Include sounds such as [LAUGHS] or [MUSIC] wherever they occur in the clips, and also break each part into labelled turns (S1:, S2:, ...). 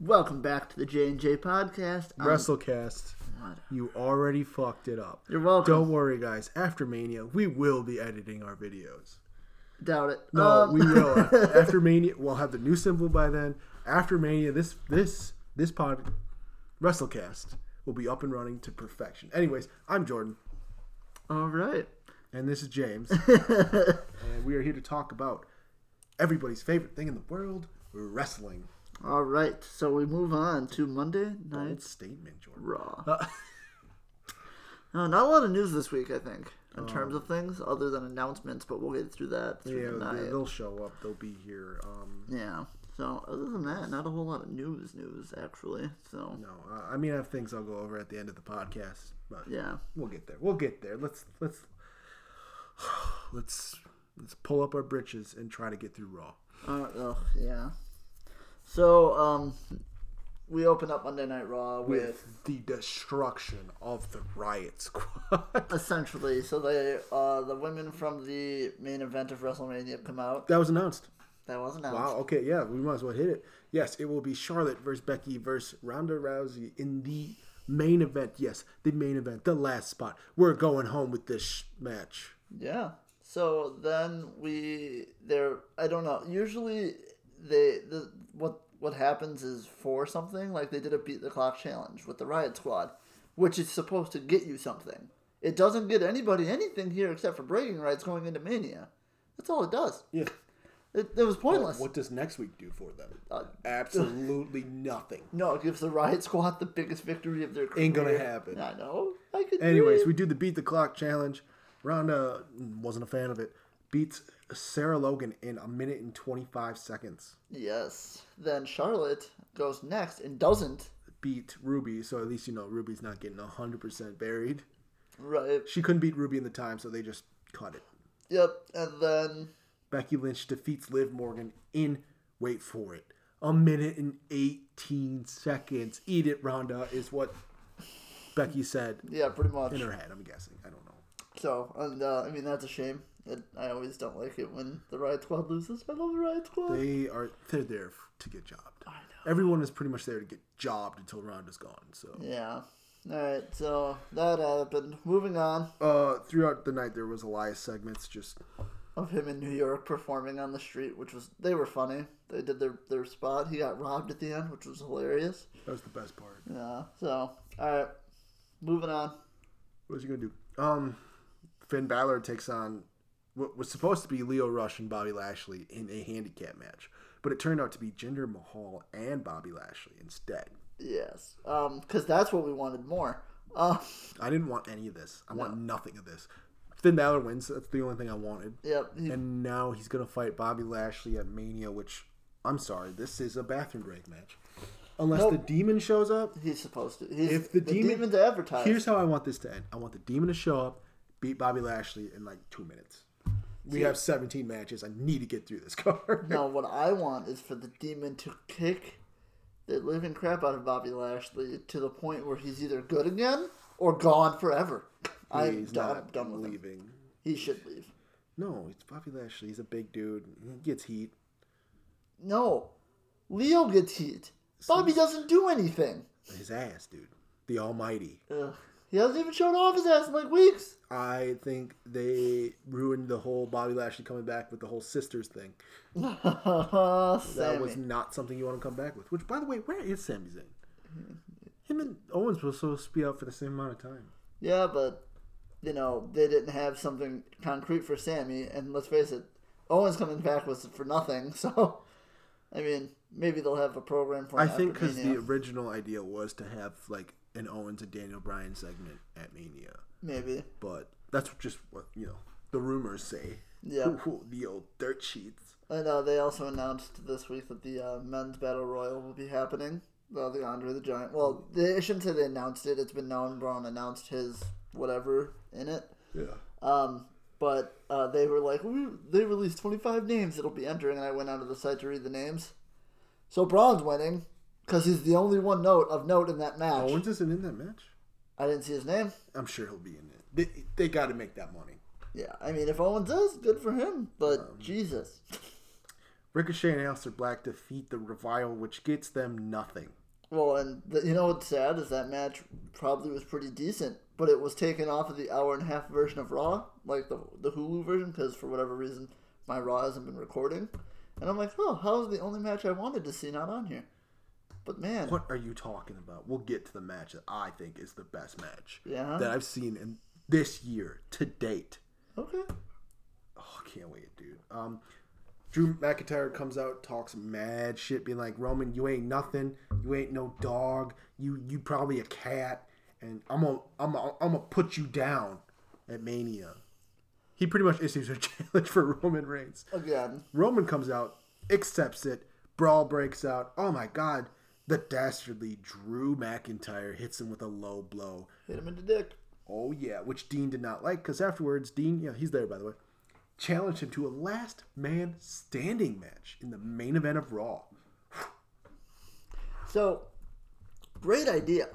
S1: Welcome back to the J and J podcast. I'm-
S2: WrestleCast.
S1: Um, What?
S2: You already fucked it up.
S1: You're welcome.
S2: Don't worry, guys. After Mania, we will be editing our videos.
S1: Doubt it.
S2: No,
S1: Um,
S2: we will. After Mania, we'll have the new symbol by then. After Mania, this this this pod, WrestleCast, will be up and running to perfection. Anyways, I'm Jordan,
S1: [LAUGHS] All right.
S2: and this
S1: [LAUGHS]
S2: is James, and we are here to talk about everybody's favorite thing in the world, wrestling.
S1: All right. So we move on to Monday
S2: Bold
S1: Night
S2: statement, Jordan.
S1: Raw. [LAUGHS]
S2: Uh,
S1: Uh, not a lot of news this week, I think,
S2: Oh.
S1: in terms of things other than announcements. But we'll get through that through
S2: yeah,
S1: the night.
S2: they- they'll show up. They'll be here. Um,
S1: Yeah. So other than that, not a whole lot of news. News actually. So
S2: No, I I mean I have things I'll go over at the end of the podcast, but
S1: yeah.
S2: we'll get there. We'll get there. Let's let's [SIGHS] let's let's pull up our britches and try to get through Raw.
S1: Uh, ugh, yeah. So um, we open up Monday Night Raw with
S2: the destruction of the Riot Squad. [LAUGHS]
S1: essentially so they uh the women from the main event of WrestleMania come out.
S2: that was announced.
S1: That was announced.
S2: Wow. Okay. Yeah, we might as well hit it. Yes, it will be Charlotte versus Becky versus Ronda Rousey in the main event. Yes, the main event, the last spot. We're going home with this sh- match.
S1: Yeah. So then we there I don't know. Usually they the what what happens is for something like they did a beat the clock challenge with the riot squad, which is supposed to get you something. It doesn't get anybody anything here except for breaking rights going into mania. That's all it does.
S2: Yeah.
S1: It, it was pointless.
S2: What does next week do for them?
S1: Uh,
S2: Absolutely nothing.
S1: no, it gives the riot squad the biggest victory of their career.
S2: Ain't gonna happen.
S1: I know. I could.
S2: Anyways, we do the beat the clock challenge. Ronda wasn't a fan of it. Beats Sarah Logan in a minute and 25 seconds.
S1: yes. Then Charlotte goes next and doesn't.
S2: Beat Ruby, so at least you know Ruby's not getting 100% buried.
S1: Right.
S2: She couldn't beat Ruby in the time, so they just cut it.
S1: Yep, and then
S2: Becky Lynch defeats Liv Morgan in, wait for it, a minute and 18 seconds. Eat it, Ronda, is what Becky said
S1: yeah, pretty much.
S2: in her head, I'm guessing. I don't know.
S1: So, and uh, I mean that's a shame. It, I always don't like it when the Riot Squad loses. I love the Riot Squad.
S2: They are they're there f- to get jobbed. Everyone is pretty much there to get jobbed until Ronda's gone. So
S1: yeah. All right, so that happened. Moving on
S2: uh, throughout the night there was Elias segments. Just
S1: of him in New York performing on the street, which was they were funny. They did their their spot. He got robbed at the end, which was hilarious.
S2: that was the best part.
S1: Yeah. So, all right, moving on.
S2: What was he gonna do? Um, Finn Balor takes on what was supposed to be Leo Rush and Bobby Lashley in a handicap match, but it turned out to be Jinder Mahal and Bobby Lashley instead.
S1: Yes. Um, because that's what we wanted more. [LAUGHS] Uh,
S2: I didn't want any of this. I want nothing of this. Finn Balor wins. That's the only thing I wanted.
S1: yep. He,
S2: And now he's gonna fight Bobby Lashley at Mania, which I'm sorry, this is a bathroom break match. Unless the demon shows up.
S1: he's supposed to. He's,
S2: If the, demon
S1: demon's advertised.
S2: here's how I want this to end. I want the demon to show up, beat Bobby Lashley in like two minutes. We have 17 matches. I need to get through this [LAUGHS] card.
S1: No, what I want is for the demon to kick the living crap out of Bobby Lashley to the point where he's either good again or gone forever. I'm
S2: He's
S1: done,
S2: not
S1: done with him.
S2: leaving.
S1: He should leave.
S2: No, it's Bobby Lashley. He's a big dude. He gets heat.
S1: No, Leo gets heat. Bobby doesn't do anything.
S2: His ass, dude. The Almighty.
S1: Ugh. He hasn't even shown off his ass in like weeks. [LAUGHS]
S2: I think they ruined the whole Bobby Lashley coming back with the whole sisters thing.
S1: Sammy.
S2: That was not something you want to come back with. Which, by the way, where is Sami Zayn? Him and Owens were supposed to be out for the same amount of time.
S1: Yeah, but you know they didn't have something concrete for Sammy, and let's face it, Owens coming back was for nothing. [LAUGHS] So, I mean, maybe they'll have a program for.
S2: I
S1: him
S2: think
S1: after
S2: because the
S1: Mania.
S2: original idea was to have like an Owens and Daniel Bryan segment at Mania,
S1: maybe
S2: but that's just what you know the rumors say.
S1: Yeah.
S2: Ooh, the old dirt sheets.
S1: I know they also announced this week that the uh, men's battle royal will be happening. Uh, the Andre the Giant. Well, they I shouldn't say they announced it. It's been known. Braun announced his whatever in it.
S2: Yeah.
S1: Um, but uh, they were like, we, they released 25 names that'll be entering, and I went onto the site to read the names. So Braun's winning because he's the only one note of note in that match.
S2: Owens isn't in that match.
S1: I didn't see his name.
S2: I'm sure he'll be in it. They, they got to make that money. Um.
S1: Yeah, I mean, if Owens is, good for him. But Jesus,
S2: Ricochet and Aleister Black defeat the Revival, which gets them nothing.
S1: Well, and the, you know what's sad is that match probably was pretty decent, but it was taken off of the hour and a half version of Raw, like the the Hulu version, because for whatever reason my Raw hasn't been recording, and I'm like, oh, how's the only match I wanted to see not on here? But man,
S2: What are you talking about? We'll get to the match that I think is the best match
S1: Yeah.
S2: that I've seen in this year to date.
S1: okay,
S2: Oh, I can't wait, dude. Um, Drew McIntyre comes out, talks mad shit, being like, "Roman, you ain't nothing. You ain't no dog. You you probably a cat, and I'm gonna I'm gonna, I'm gonna put you down at Mania." He pretty much issues a [LAUGHS] challenge for Roman Reigns.
S1: again,
S2: Roman comes out, accepts it. Brawl breaks out. Oh my god. The dastardly Drew McIntyre hits him with a low blow.
S1: hit him in the dick.
S2: Oh yeah, which Dean did not like because afterwards, Dean, yeah, he's there by the way, challenged him to a last man standing match in the main event of Raw.
S1: So, great idea.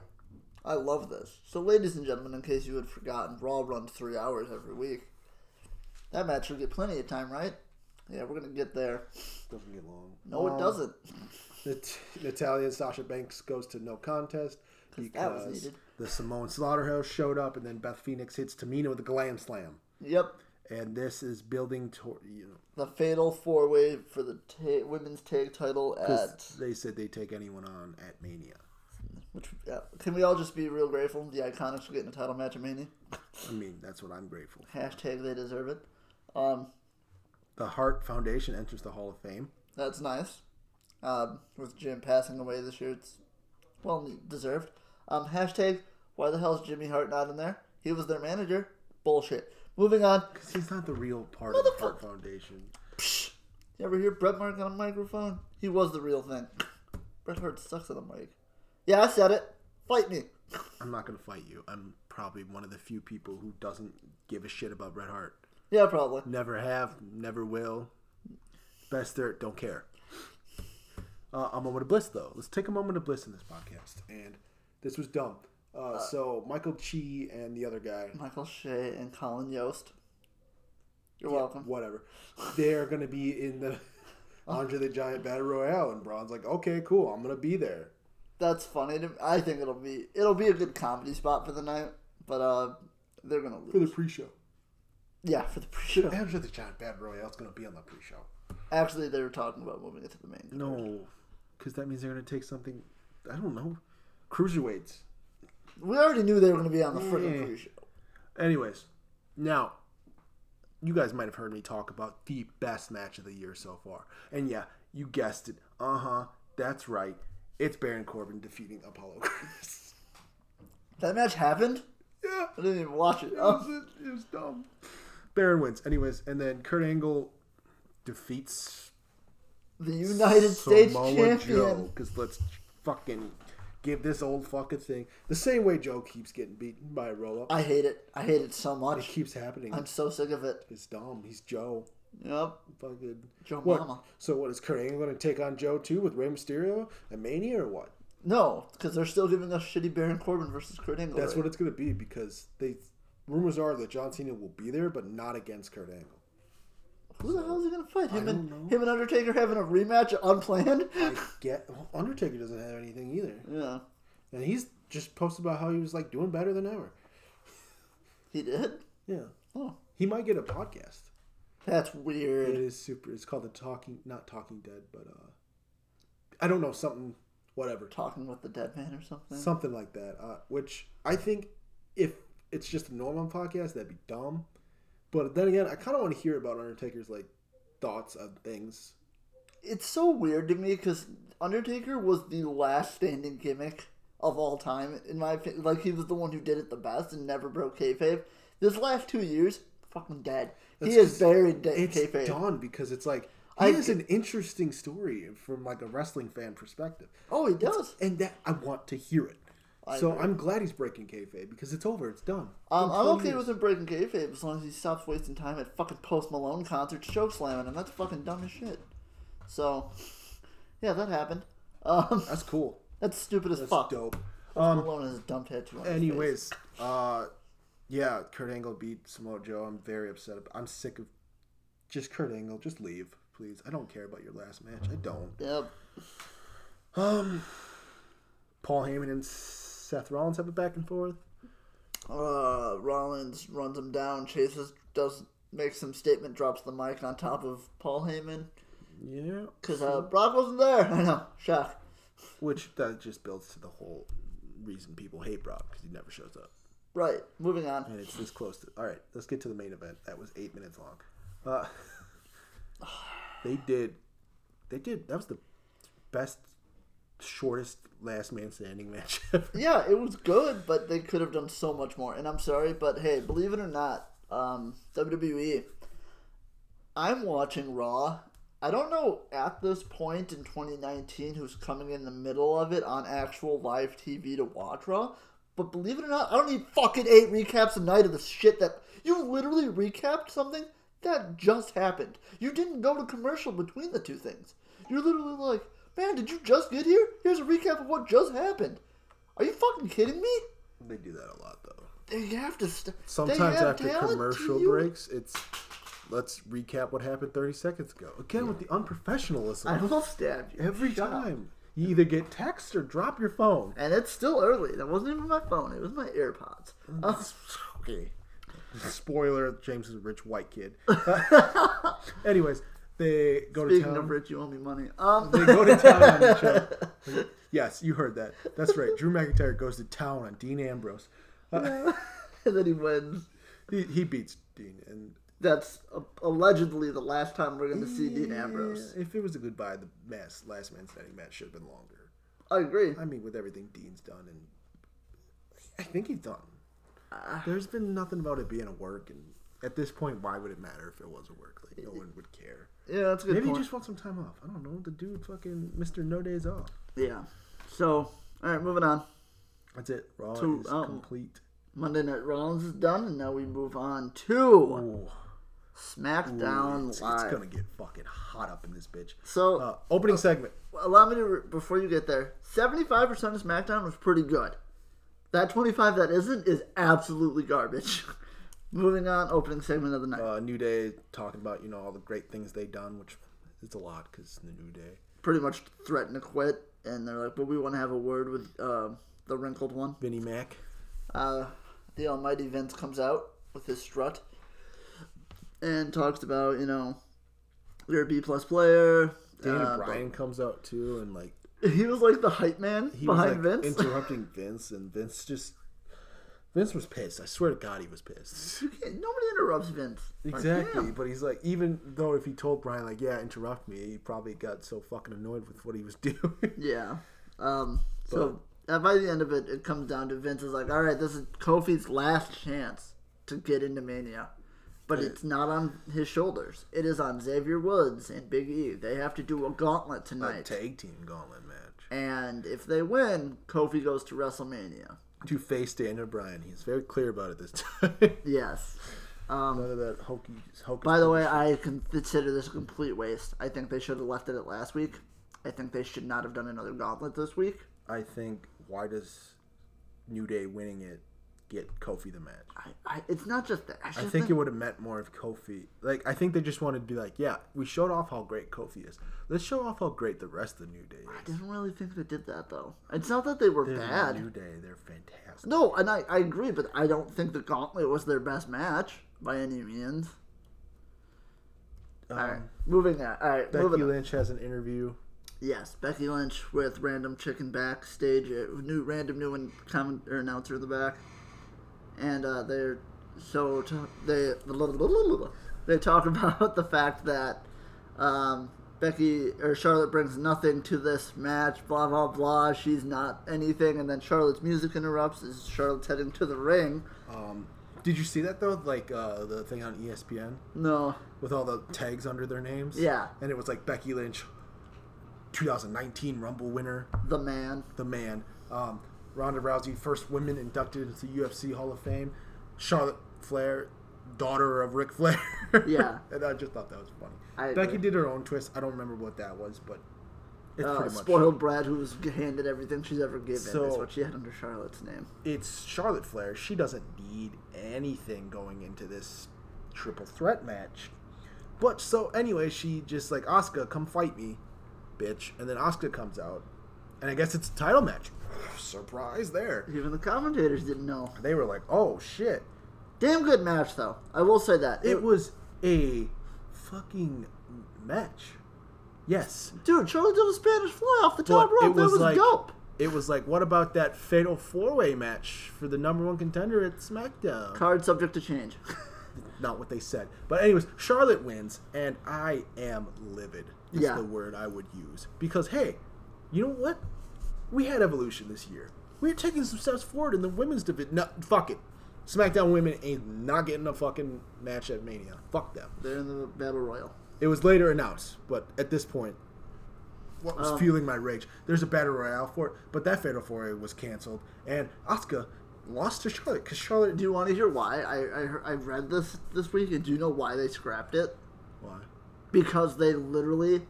S1: I love this. So, ladies and gentlemen, in case you had forgotten, Raw runs three hours every week. That match will get plenty of time, right? Yeah, we're gonna get there.
S2: Doesn't get long.
S1: No, it doesn't.
S2: Nat- Um, Natalia and Sasha Banks goes to no contest
S1: that was
S2: because
S1: needed.
S2: the Simone Slaughterhouse showed up, and then Beth Phoenix hits Tamina with a glam slam.
S1: Yep,
S2: And this is building toward you know
S1: the fatal four way for the ta- women's tag title at.
S2: they said they take anyone on at Mania.
S1: Which yeah, can we all just be real grateful? The Iconics are getting a title match at Mania.
S2: I mean, that's what I'm grateful. for.
S1: Hashtag they deserve it. Um,
S2: The Hart Foundation enters the Hall of Fame.
S1: That's nice. Um, with Jim passing away this year, it's well deserved. Um, hashtag, why the hell is Jimmy Hart not in there? He was their manager. Bullshit. Moving on.
S2: He's not the real part of the
S1: Motherfuck-
S2: Hart Foundation.
S1: You ever hear Bret Mark on a microphone? He was the real thing. Bret Hart sucks on a mic. Yeah, I said it. Fight me.
S2: I'm not gonna fight you. I'm probably one of the few people who doesn't give a shit about Bret Hart.
S1: Yeah, probably.
S2: Never have, never will. Best dirt, don't care. Uh, a moment of bliss, though. Let's take a moment of bliss in this podcast. And this was dumb. Uh, so Michael Chi and the other guy,
S1: Michael Shea and Colin Yost. You're welcome.
S2: whatever, they're gonna be in [LAUGHS] the Andre the Giant Battle Royale. And Braun's like, okay, cool, I'm gonna be there.
S1: That's funny. to- I think it'll be it'll be a good comedy spot for the night, but uh, they're gonna
S2: for
S1: lose.
S2: the pre-show.
S1: Yeah, for the pre-show.
S2: After the Giant Bad Royale, it's going to be on the pre-show.
S1: Actually, they were talking about moving it to the main.
S2: No, because that means they're going to take something. I don't know. Cruiserweights.
S1: We already knew they were going to be on the
S2: Yeah.
S1: freaking cruise show.
S2: Anyways, now you guys might have heard me talk about the best match of the year so far, and yeah, you guessed it. Uh huh. That's right. It's Baron Corbin defeating Apollo Crews.
S1: That match happened?
S2: [LAUGHS] yeah.
S1: I didn't even watch it.
S2: It
S1: Oh,
S2: was, it was dumb. Baron wins. Anyways, and then Kurt Angle defeats
S1: [LAUGHS] the United States champion.
S2: Because let's fucking give this old fucking thing the same way Joe keeps getting beaten by a roll up.
S1: I hate it. I hate it so
S2: It
S1: much.
S2: keeps happening.
S1: I'm so sick of it.
S2: It's dumb. He's Joe.
S1: Yep.
S2: Fucking
S1: Joe
S2: what?
S1: Mama.
S2: So what is Kurt Angle going to take on Joe too with Rey Mysterio and Mania or what?
S1: No, because they're still giving us shitty Baron Corbin versus Kurt Angle.
S2: That's what it's going to be because they rumors are that John Cena will be there, but not against Kurt Angle.
S1: Who the hell is he going to fight? Him and
S2: don't know.
S1: him and Undertaker having a rematch unplanned?
S2: I get well, Undertaker doesn't have anything either,
S1: [LAUGHS] yeah.
S2: and he's just posted about how he was like doing better than ever.
S1: He did?
S2: Yeah,
S1: Oh.
S2: he might get a podcast.
S1: That's
S2: It
S1: weird.
S2: is super. It's called the Talking, not Talking Dead, but uh, I don't know something, whatever,
S1: Talking with the dead man or something.
S2: something like that. Uh, which I think if it's just a normal podcast, that'd be dumb. But then again, I kind of want to hear about Undertaker's like thoughts on things.
S1: it's so weird to me because Undertaker was the last standing gimmick of all time, in my opinion. Like, he was the one who did it the best and never broke kayfabe. This last two years, fucking dead. he
S2: That's
S1: is buried dead
S2: It's
S1: kayfabe.
S2: done because it's like
S1: I-
S2: it is an interesting story from like a wrestling fan perspective,
S1: Oh, he does.
S2: and that I want to hear it.
S1: I
S2: so
S1: agree.
S2: I'm glad he's breaking kayfabe because it's over. It's done.
S1: Um,
S2: Been
S1: I'm
S2: 20
S1: okay
S2: years.
S1: with him breaking kayfabe as long as he stops wasting time at fucking Post Malone concerts choke slamming him. That's fucking dumb as shit. So, yeah, that happened. Um, [LAUGHS]
S2: That's cool.
S1: that's stupid as
S2: That's
S1: fuck.
S2: dope.
S1: Malone has a dumb tattoo on his face.
S2: Anyways, uh, yeah, Kurt Angle beat Samoa Joe. I'm very upset. ab- I'm sick of just Kurt Angle. Just leave. please. I don't care about your last match. I don't.
S1: Yep.
S2: Um, Paul Heyman and Seth Rollins have a back and forth.
S1: Uh, Rollins runs him down. Chases does makes some statement. Drops the mic on top of Paul Heyman
S2: Yeah,
S1: because uh, Brock wasn't there. [LAUGHS] I know. Shock.
S2: which that just builds to the whole reason people hate Brock because he never shows up.
S1: Right. Moving on.
S2: And it's this close to. All right, let's get to the main event. That was eight minutes long. Uh, [LAUGHS] they did. They did. That was the best, shortest last man standing match [LAUGHS] ever.
S1: Yeah, it was good, but they could have done so much more. And I'm sorry, but hey, believe it or not, um, WWE. I'm watching Raw. I don't know at this point in 2019 who's coming in the middle of it on actual live TV to watch Raw. But believe it or not, I don't need fucking eight recaps a night of the shit that you literally recapped something that just happened. You didn't go to commercial between the two things. You're literally like, man, did you just get here? Here's a recap of what just happened. Are you fucking kidding me?
S2: They do that a lot though.
S1: They have to. St- they
S2: Sometimes
S1: have
S2: after
S1: talent to
S2: commercial
S1: you-
S2: breaks, it's let's recap what happened 30 seconds ago. Again with the unprofessionalism.
S1: I will stab you
S2: Every
S1: Shut up.
S2: time. You either get text or drop your phone.
S1: And it's still early. That wasn't even my phone. It was my AirPods. Uh,
S2: Okay. Spoiler, James is a rich
S1: [LAUGHS]
S2: white kid. Anyways, they go to
S1: speaking
S2: town.
S1: of rich, you owe me money. Um,
S2: [LAUGHS]
S1: [LAUGHS]
S2: they go to town on each other. Yes, you heard that. That's right. Drew McIntyre goes to town on Dean Ambrose. Uh,
S1: and then he wins.
S2: he, he beats Dean and
S1: That's uh, allegedly the last time we're going to see Dean Ambrose.
S2: Yeah, If it was a goodbye, the mass, last man standing match should have been longer.
S1: I agree.
S2: I mean, with everything Dean's done, and I think he's done.
S1: Ah.
S2: There's been nothing about it being a work, and at this point, why would it matter if it was a work? Like no one would care.
S1: Yeah, that's a good
S2: Maybe he
S1: point.
S2: just wants some time off. I don't know. The dude, fucking Mister No Days Off.
S1: Yeah. So, all right, moving on.
S2: That's it. Raw
S1: To-
S2: is
S1: um,
S2: complete.
S1: Monday Night Rollins is done, and now we move on to
S2: Ooh,
S1: SmackDown
S2: it's,
S1: Live.
S2: it's gonna get fucking hot up in this bitch.
S1: So,
S2: Uh, opening segment.
S1: allow me to re- before you get there. Seventy-five percent of SmackDown was pretty good. That twenty-five that isn't is absolutely garbage. [LAUGHS] Moving on, opening segment of the night.
S2: Uh, New Day talking about you know all the great things they done, which is a lot because the New Day.
S1: Pretty much threatened to quit, and they're like, "But we want to have a word with uh, the wrinkled one."
S2: Vinnie Mac.
S1: Uh, the Almighty Vince comes out with his strut and talks about you know you're a B plus player.
S2: Dana
S1: uh,
S2: Bryan comes out too, and like
S1: He was like the hype man
S2: he
S1: behind
S2: was like
S1: Vince.
S2: interrupting Vince, and Vince just Vince was pissed. I swear to God, he was pissed.
S1: You can't- [LAUGHS] Nobody interrupts Vince. Like,
S2: Exactly,
S1: damn.
S2: but he's like, even though if he told Brian like, yeah, interrupt me, he probably got so fucking annoyed with what he was [LAUGHS] doing.
S1: Yeah. Um, so uh, by the end of it, it comes down to Vince is like, all right, this is Kofi's last chance to get into Mania. But it's not on his shoulders. It is on Xavier Woods and Big E. They have to do a gauntlet
S2: A
S1: tonight.
S2: tag team gauntlet match
S1: And if they win, Kofi goes to WrestleMania.
S2: to face Daniel Bryan. He's very clear about it this time.
S1: Yes. Um,
S2: [LAUGHS] None of that hokey, hokey.
S1: by the way, I con- consider this a complete waste. I think they should have left it at last week. I think they should not have done another gauntlet this week.
S2: I think why does New Day winning it get Kofi the match?
S1: I, I, it's not just that. I,
S2: I
S1: just
S2: think it would have meant more if Kofi. Like, I think they just wanted to be like, yeah, we showed off how great Kofi is. Let's show off how great the rest of the New Day
S1: I
S2: is.
S1: didn't really think they did that though. It's not that they were
S2: They're the
S1: bad.
S2: New Day, they're fantastic.
S1: No, and I, I agree, but I don't think the gauntlet was their best match by any means.
S2: Um,
S1: All right, moving on. All right,
S2: Becky
S1: moving on.
S2: Lynch has an interview.
S1: Yes, Becky Lynch with random chicken backstage, uh, new random new one comment or announcer in the back, and uh, they're so t- they they talk [LAUGHS] about the fact that um, Becky or Charlotte brings nothing to this match, blah blah blah. She's not anything, and then Charlotte's music interrupts as Charlotte's heading to the ring.
S2: Um, did you see that though? Like uh, the thing on ESPN
S1: No,
S2: with all the tags under their names.
S1: Yeah.
S2: and it was like Becky Lynch, 2019 Rumble winner,
S1: the man.
S2: the man. Um, Ronda Rousey, first woman inducted into the UFC Hall of Fame. Charlotte Flair, daughter of Ric Flair. [LAUGHS]
S1: Yeah.
S2: and I just thought that was funny.
S1: I
S2: Becky
S1: agree.
S2: did her own twist. I don't remember what that was, but it's
S1: Uh,
S2: pretty much
S1: spoiled Brad, who was handed everything she's ever given, is
S2: So-
S1: what she had under Charlotte's name.
S2: it's Charlotte Flair. She doesn't need anything going into this triple threat match. But so anyway, she just like Oscar, come fight me, bitch. And then Oscar comes out, and I guess it's a title match. [SIGHS] Surprise there.
S1: Even the commentators didn't know.
S2: They were like, oh shit.
S1: Damn good match though. I will say that.
S2: It was a fucking match. Yes.
S1: dude. Charlie did a Spanish fly off the top
S2: But
S1: rope. that was
S2: like,
S1: dope.
S2: It was like, what about that fatal four way match for the number one contender at SmackDown?
S1: Card subject to change. [LAUGHS]
S2: Not what they said. But anyways, Charlotte wins, and I am livid. Is
S1: Yeah.
S2: the word I would use because hey, you know what? We had evolution this year. We are taking some steps forward in the women's division. No, fuck it. SmackDown women ain't not getting a fucking match at Mania. Fuck them.
S1: They're in the battle royal.
S2: It was later announced, but at this point, what was fueling my rage? There's a battle royale for it, but that fatal four way was canceled, and Asuka lost to Charlotte because Charlotte.
S1: Do you want to hear why? I, I heard- I read this this week, and do you know why they scrapped it?
S2: Why?
S1: Because they literally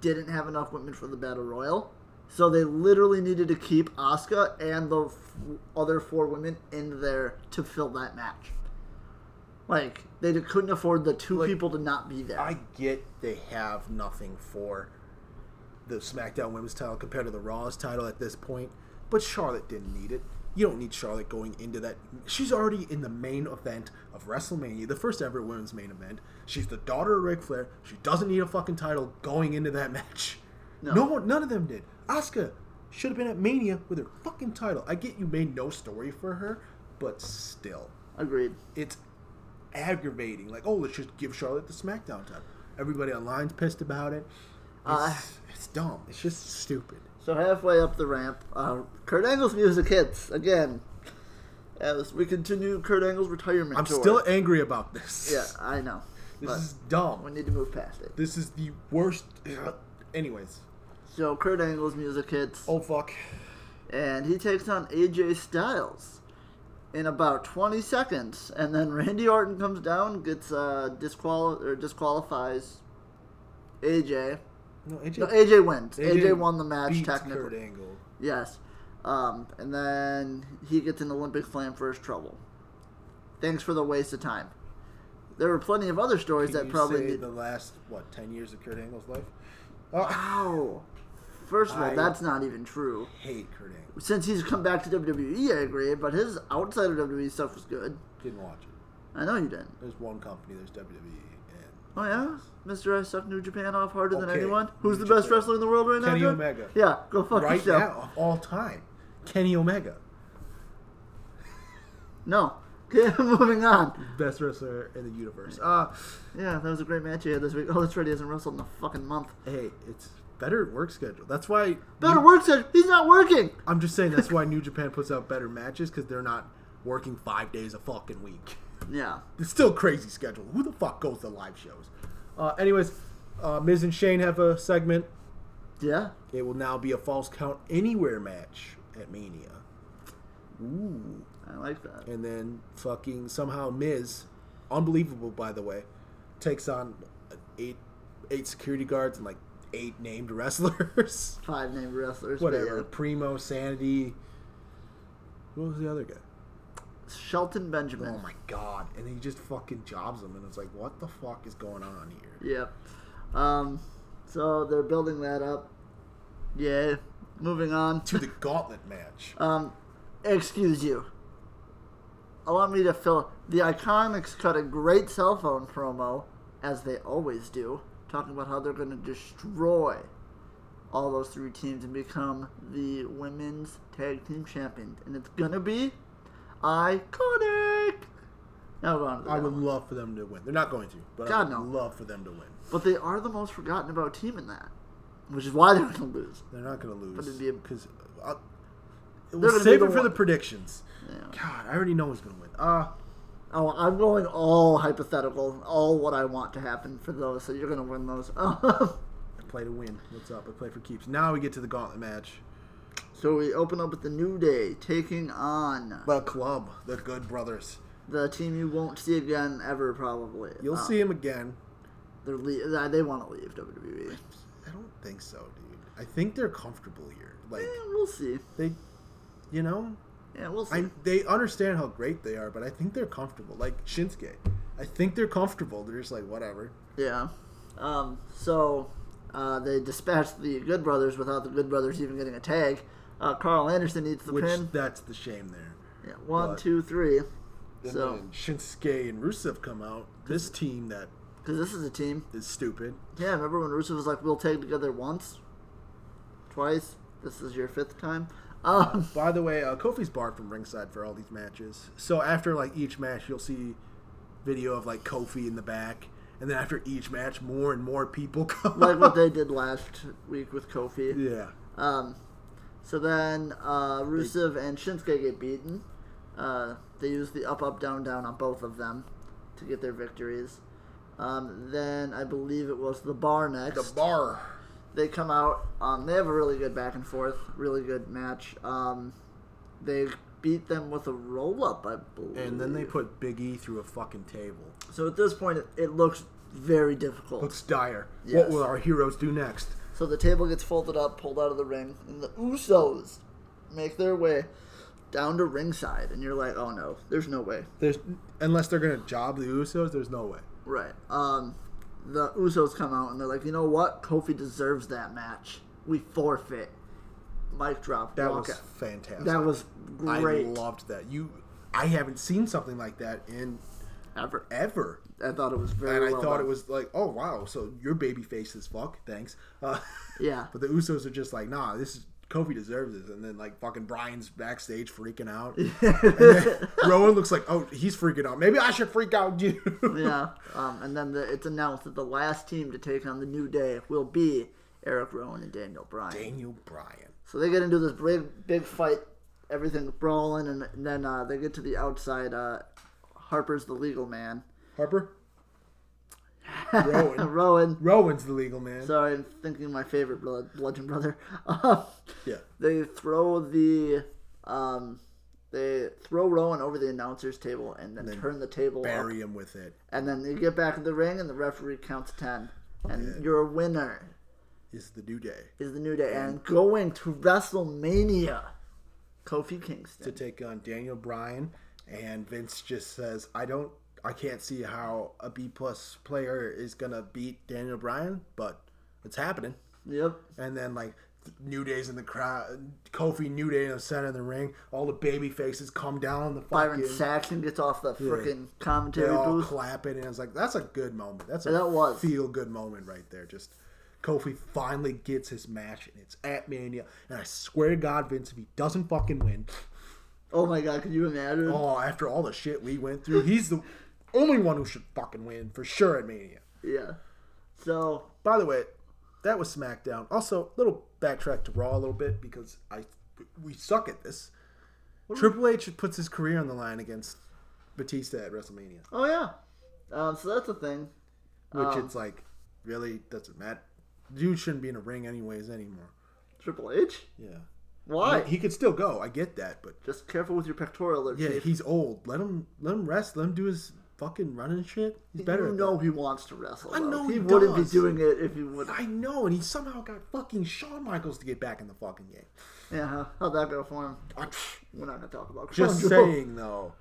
S1: didn't have enough women for the battle royal, so they literally needed to keep Asuka and the f- other four women in there to fill that match. Like they couldn't afford the two people to not be there.
S2: I get they have nothing for the SmackDown Women's title compared to the Raw's title at this point, but Charlotte didn't need it. You don't need Charlotte going into that. She's already in the main event of WrestleMania, the first ever women's main event. She's the daughter of Ric Flair. She doesn't need a fucking title going into that [LAUGHS] match. No, one, none of them did. Asuka should have been at Mania with her fucking title. I get you made no story for her, but still
S1: Agreed.
S2: it's aggravating. Like, oh, let's just give Charlotte the SmackDown title. Everybody online's pissed about it. It's,
S1: Uh,
S2: it's dumb. It's just stupid.
S1: So halfway up the ramp, uh, Kurt Angle's music hits again as we continue Kurt Angle's retirement.
S2: I'm
S1: tour.
S2: still angry about this.
S1: yeah, I know.
S2: [LAUGHS] This
S1: but
S2: is
S1: we
S2: dumb.
S1: need to move past it.
S2: This is the worst. uh, Anyways.
S1: So Kurt Angle's music hits,
S2: Oh, fuck.
S1: and he takes on AJ Styles in about 20 seconds, and then Randy Orton comes down, gets uh, disqual or disqualifies AJ.
S2: No, AJ,
S1: No, AJ wins.
S2: AJ
S1: AJ, won the match
S2: beats
S1: technically.
S2: Kurt Angle.
S1: Yes. Um, and then he gets an Olympic flame for his trouble. Thanks for the waste of time. There were plenty of other stories
S2: Can
S1: that
S2: you
S1: probably.
S2: say
S1: Need...
S2: the last, what, 10 years of Kurt Angle's life? Oh,
S1: Wow. First of all,
S2: I-
S1: that's not even true.
S2: I hate Kurt Angle.
S1: Since he's come back to WWE, I agree, but his outside of WWE stuff was good.
S2: Didn't watch it.
S1: I know you didn't.
S2: There's one company, there's WWE, and
S1: Oh, yeah? Mr. I suck New Japan off harder than
S2: Okay,
S1: anyone? Who's
S2: New
S1: the best
S2: Japan.
S1: wrestler in the world right now?
S2: Kenny
S1: Joe?
S2: Omega.
S1: Yeah, go fuck
S2: right
S1: yourself.
S2: now of all time. Kenny Omega,
S1: No. [LAUGHS] Okay, moving on.
S2: best wrestler in the universe. Uh
S1: Yeah, that was a great match he had this week. Oh, that's right, he hasn't wrestled in a fucking month.
S2: hey, it's better work schedule. That's why
S1: Better work said he's not working.
S2: I'm just saying that's why New Japan puts out better matches because they're not working five days a fucking week. [LAUGHS]
S1: Yeah.
S2: It's still crazy schedule. Who the fuck goes to live shows? Uh, anyways, uh, Miz and Shane have a segment.
S1: Yeah.
S2: It will now be a false count anywhere match at Mania. Ooh.
S1: I like that.
S2: and then fucking somehow Miz, unbelievable by the way, takes on eight eight security guards and like eight named wrestlers. [LAUGHS]
S1: Five named wrestlers. but
S2: Whatever. Primo, Sanity. Who was the other guy?
S1: yeah. Shelton
S2: Oh
S1: Benjamin.
S2: my god! And he just fucking jobs him, and it's like, what the fuck is going on here?
S1: Yep. Um so they're building that up. Yeah. Moving on.
S2: To the gauntlet match.
S1: Um excuse you. Allow me to fill the iconics cut a great cell phone promo, as they always do, talking about how they're gonna destroy all those three teams and become the women's tag team champions. And it's gonna be iconic. Now go on to the
S2: I would
S1: demo.
S2: love for them to win. They're not going to, but I
S1: God,
S2: would
S1: no.
S2: love for them to win.
S1: But they are the most forgotten about team in that. Which is why they're gonna lose.
S2: They're not going to lose.
S1: it'd be a-
S2: because uh,
S1: gonna
S2: we'll
S1: be
S2: save
S1: the
S2: it for
S1: one-
S2: the predictions.
S1: Yeah.
S2: God, I already know who's going to win. Uh
S1: Oh, I'm going all hypothetical, all what I want to happen for those, so you're gonna win those. [LAUGHS]
S2: I play to win. What's up? I play for keeps. Now we get to the gauntlet match.
S1: So we open up with the New Day taking on
S2: The club, the Good Brothers.
S1: the team you won't see again ever, probably.
S2: You'll see him again.
S1: They're le- they want to leave E. WWE.
S2: I don't think so, dude. I think they're comfortable here. Like
S1: Eh, we'll see.
S2: they, you know,
S1: Yeah, we'll see.
S2: I they understand how great they are, but I think they're comfortable. Like Shinsuke, I think they're comfortable. They're just like whatever.
S1: Yeah. Um, so uh, they dispatched the Good Brothers without the Good Brothers even getting a tag. Uh, Carl Anderson needs the
S2: Which
S1: pin.
S2: that's the shame there.
S1: Yeah, one,
S2: but-
S1: two, three.
S2: And
S1: So-
S2: then Shinsuke and Rusev come out. This team that
S1: Because this is a team.
S2: is stupid.
S1: Yeah, remember when Rusev was like, we'll tag together once, twice? This is your fifth time? Um,
S2: By the way, uh, Kofi's barred from ringside for all these matches. So after like each match, you'll see video of like Kofi in the back, and then after each match, more and more people [LAUGHS] come.
S1: like what
S2: out.
S1: they did last week with Kofi.
S2: yeah,
S1: Um, so then uh, Rusev and Shinsuke get beaten. Uh, they use the up, up, down, down on both of them to get their victories. Um, then I believe it was the bar next.
S2: the bar.
S1: They come out. Um, they have a really good back and forth, really good match. Um, they beat them with a roll up, I believe.
S2: And then they put Big E through a fucking table.
S1: So at this point, it, it looks very difficult.
S2: Looks dire. What
S1: Yes.
S2: will our heroes do next?
S1: So the table gets folded up, pulled out of the ring, and the Usos make their way down to ringside. And you're like, oh no, there's no way.
S2: There's unless they're gonna job the Usos. There's no way.
S1: Right. Um, the Usos come out and they're like, you know what? Kofi deserves that match. We forfeit. Mic drop.
S2: That
S1: walk
S2: was
S1: out.
S2: fantastic.
S1: That was great.
S2: I loved that. You, I haven't seen something like that in
S1: Ever.
S2: ever.
S1: I thought it was very.
S2: and I
S1: well
S2: thought
S1: done.
S2: it was like, oh wow, so you're baby faced as fuck, thanks. Uh, [LAUGHS]
S1: Yeah.
S2: but the Usos are just like, nah, this is Kofi deserves this, and then like fucking Brian's backstage freaking out. and then Rowan looks like, oh, he's freaking out. Maybe I should freak out you.
S1: [LAUGHS] yeah. Um, and then the, it's announced that the last team to take on the New Day will be Eric Rowan and Daniel Bryan.
S2: Daniel Bryan.
S1: So they get into this big, big fight. Everything's brawling, and, and then uh, they get to the outside. Uh, Harper's the legal man.
S2: Harper.
S1: [LAUGHS]
S2: Rowan.
S1: Rowan,
S2: Rowan's the legal man.
S1: sorry, I'm thinking my favorite blood, Bludgeon Brother. [LAUGHS] Um,
S2: yeah.
S1: they throw the, um, they throw Rowan over the announcer's table and then, turn the table up,
S2: Bury him with it.
S1: and then they get back in the ring, and the referee counts ten, and your winner
S2: Is the new day
S1: is the New Day, and going to WrestleMania, Kofi Kingston.
S2: to take on Daniel Bryan, and Vince just says, I don't. I can't see how a B plus player is gonna beat Daniel Bryan, but it's happening.
S1: Yep.
S2: and then like New Day's in the crowd, Kofi New Day in the center of the ring. All the baby faces come down the
S1: Byron
S2: fucking,
S1: Saxon gets off the freaking
S2: they
S1: commentary
S2: all
S1: booth.
S2: clapping, and it's like that's a good moment. That's a
S1: That was.
S2: feel good moment right there. Just Kofi finally gets his match, and it's at Mania. And I swear to God, Vince, if he doesn't fucking win,
S1: oh my god, could you imagine?
S2: oh, after all the shit we went through, he's the only one who should fucking win for sure at Mania.
S1: Yeah. So
S2: By the way, that was SmackDown. Also, little backtrack to Raw a little bit because I we suck at this. Triple H puts his career on the line against Batista at WrestleMania,
S1: oh yeah. Um, so that's the thing.
S2: which it's like really doesn't matter. Dude shouldn't be in a ring anyways anymore.
S1: Triple H?
S2: Yeah,
S1: Why?
S2: he could still go. I get that, but
S1: Just careful with your pectoral there,
S2: yeah,
S1: Chief.
S2: he's old. Let him let him rest. Let him do his fucking running shit. He's better.
S1: You
S2: at
S1: know he wants to wrestle.
S2: I
S1: though.
S2: know
S1: he,
S2: he
S1: wouldn't
S2: does.
S1: be doing it if he
S2: that.
S1: wouldn't.
S2: I know, and he somehow got fucking Shawn Michaels to get back in the fucking game.
S1: Yeah, how- how'd that go for him?
S2: I-
S1: We're not gonna talk about
S2: Just
S1: Crown Jewel.
S2: saying though,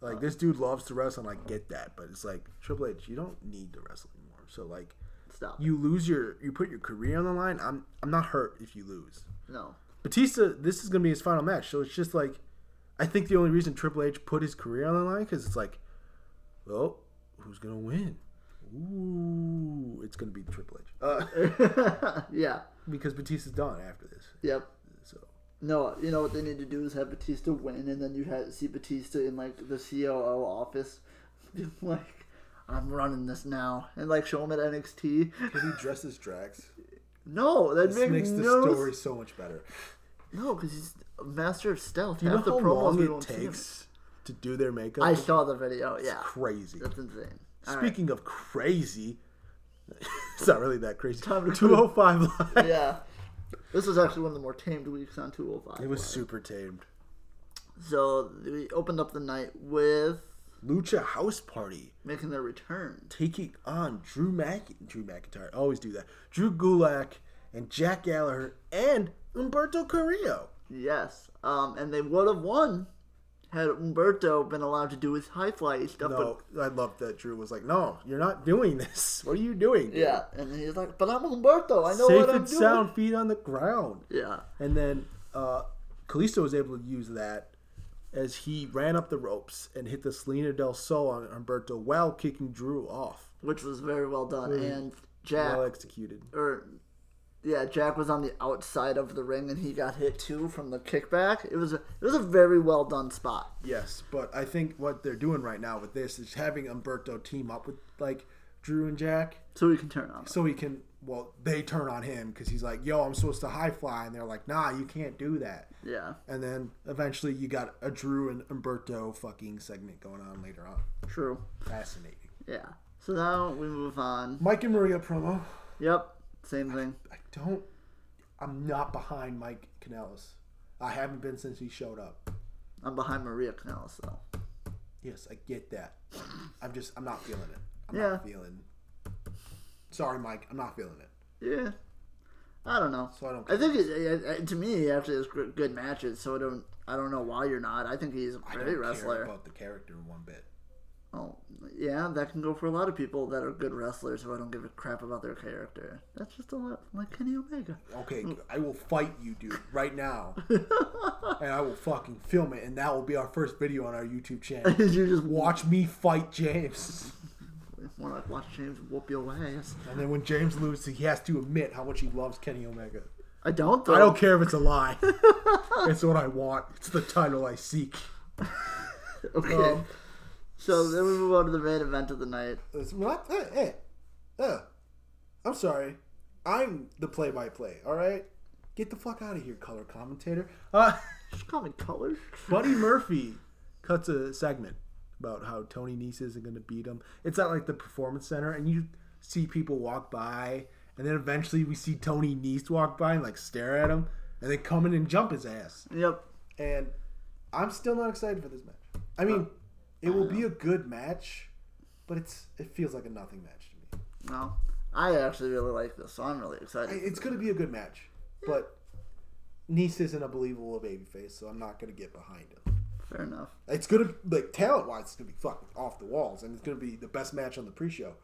S2: like this dude loves to wrestle, and I get that, but it's like Triple H, you don't need to wrestle anymore. So like,
S1: [LAUGHS] Stop.
S2: you lose your, you put your career on the line. I'm, I'm not hurt if you lose.
S1: no. [LAUGHS]
S2: Batista, this is gonna be his final match, so it's just like, I think the only reason Triple H put his career on the line because it's like, well, who's gonna win? Ooh, it's gonna be Triple H uh, [LAUGHS]
S1: yeah.
S2: because Batista's done after this.
S1: Yep.
S2: So
S1: No, you know what they need to do is have Batista win, and then you have, see Batista in like the COO office, [LAUGHS] being like, "I'm running this now," and like show him at NXT.
S2: because he dresses Drax,
S1: [LAUGHS] No, that
S2: this
S1: makes
S2: makes the
S1: no.
S2: story so much better.
S1: No, because he's a master of stealth.
S2: You know
S1: Half the
S2: how
S1: promos
S2: long
S1: we
S2: it
S1: don't see him.
S2: takes to do their makeup?
S1: I saw the video. Yeah,
S2: crazy.
S1: that's insane. All right.
S2: Speaking of crazy, [LAUGHS] it's not really that crazy.
S1: Time to-
S2: 205
S1: [LAUGHS]
S2: live.
S1: Yeah, this was actually one of the more tamed weeks on 205.
S2: It was super tamed.
S1: so we opened up the night with
S2: Lucha House Party
S1: making their return.
S2: taking on Drew Mac Drew McIntyre. I always do that. Drew Gulak and Jack Gallagher and Umberto Carrillo.
S1: Yes, um, and they would have won had Umberto been allowed to do his high fly stuff.
S2: No, I love that Drew was like, "No, you're not doing this. [LAUGHS] What are you doing?"
S1: But, yeah, and he's like, "But I'm Umberto. I know
S2: safe
S1: what I'm
S2: and
S1: doing."
S2: sound, feet on the ground.
S1: Yeah,
S2: And then uh, Kalisto was able to use that as he ran up the ropes and hit the Selena del Sol on Humberto while kicking Drew off.
S1: which was very well done. And Jack,
S2: Well executed.
S1: or yeah, Jack was on the outside of the ring and he got hit too from the kickback. It was a, it was a very well done spot.
S2: Yes, but I think what they're doing right now with this is having Umberto team up with like Drew and Jack
S1: So we can turn on. it.
S2: so he can well they turn on him because he's like yo i'm supposed to high fly and they're like nah you can't do that
S1: Yeah,
S2: and then eventually you got a drew and umberto fucking segment going on later on
S1: true.
S2: fascinating
S1: Yeah. So now we move on.
S2: mike and maria promo
S1: Yep, same thing.
S2: I don't. I'm not behind Mike Canellis. I haven't been since he showed up.
S1: I'm behind Maria Canales though.
S2: Yes, I get that. I'm just. I'm not feeling it. I'm
S1: Yeah.
S2: not feeling. Sorry, Mike. I'm not feeling it.
S1: Yeah. I don't know.
S2: So I don't
S1: I think it, I- I- to me he actually has gr- good matches. So I don't. I don't know why you're not. I think he's a
S2: I
S1: great
S2: don't care
S1: wrestler.
S2: about the character one bit.
S1: Oh, yeah, that can go for a lot of people that are good wrestlers who I don't give a crap about their character. That's just a lot like Kenny Omega. [LAUGHS]
S2: Okay, I will fight you, dude, right now, and I will fucking film it, and that will be our first video on our YouTube channel.
S1: you just walk.
S2: Watch me fight James,
S1: Want to watch James whoop your ass?
S2: and then when James loses, he has to admit how much he loves Kenny Omega.
S1: I don't. Though.
S2: I don't care if it's a lie. [LAUGHS] it's what I want. It's the title I seek.
S1: Okay.
S2: Um,
S1: so then we move on to the main event of the night.
S2: It's not. eh, eh, eh. I'm sorry. I'm the play-by-play. All right. Get the fuck out of here, color commentator. [LAUGHS] Uh,
S1: Just call me colors.
S2: Buddy Murphy cuts a segment about how Tony Nese isn't going to beat him. It's at like the performance center, and you see people walk by, and then eventually we see Tony Nese walk by and like stare at him, and then come in and jump his ass.
S1: Yep.
S2: and I'm still not excited for this match. I mean, it will be a good match, but it's it feels like a nothing match to me.
S1: No, I actually really like this, so I'm really excited.
S2: I- It's gonna be a good match, but Nice isn't a believable babyface, so I'm not gonna get behind him.
S1: Fair enough.
S2: It's gonna like talent wise, it's gonna be fucking off the walls, and it's gonna be the best match on the pre-show.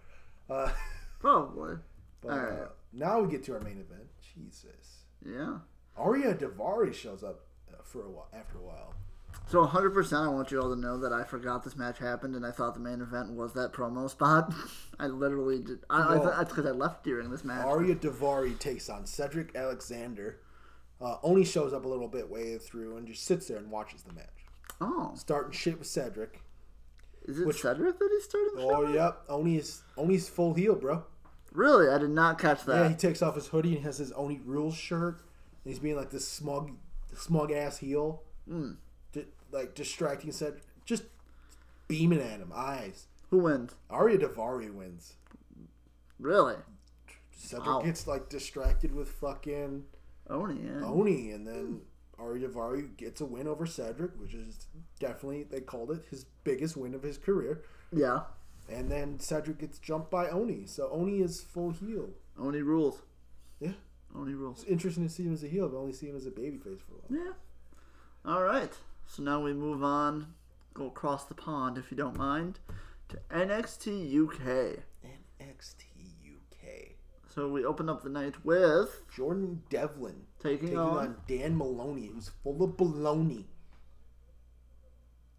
S2: Uh, [LAUGHS]
S1: Probably.
S2: but
S1: All
S2: uh,
S1: right.
S2: now we get to our main event. Jesus,
S1: Yeah.
S2: Arya Davari shows up uh, for a while after a while.
S1: So 100%, I want you all to know that I forgot this match happened and I thought the main event was that promo [LAUGHS] spot. I literally did. I, I
S2: No.
S1: thought that's because I left during this match.
S2: Aria Davari takes on Cedric Alexander. Uh, only shows up a little bit way through and just sits there and watches the match.
S1: oh.
S2: Starting shit with Cedric.
S1: Is it Cedric that he started the show?
S2: Oh yep, Oni is Oni's full heel, bro.
S1: Really? I did not catch
S2: Yeah,
S1: that.
S2: he takes off his hoodie and has his Oni rules shirt. And he's being like this smug, smug ass heel, D- like distracting Cedric, just beaming at him. Eyes.
S1: Who wins?
S2: Aria Davari wins.
S1: Really?
S2: Cedric
S1: Wow.
S2: gets like distracted with fucking Oh.
S1: Oni. Yeah.
S2: Oni, and then Ari Davari gets a win over Cedric, which is definitely they called it his biggest win of his career.
S1: yeah.
S2: And then Cedric gets jumped by Oni, so Oni is full heel.
S1: Oni rules.
S2: Yeah,
S1: Oni rules.
S2: it's interesting to see him as a heel, but only see him as a babyface for a while.
S1: Yeah. All right. So now we move on. Go across the pond, if you don't mind, to NXT UK.
S2: NXT UK.
S1: So we open up the night with
S2: Jordan Devlin
S1: Taking
S2: taking
S1: on-
S2: on, Dan Maloney, who's full of baloney.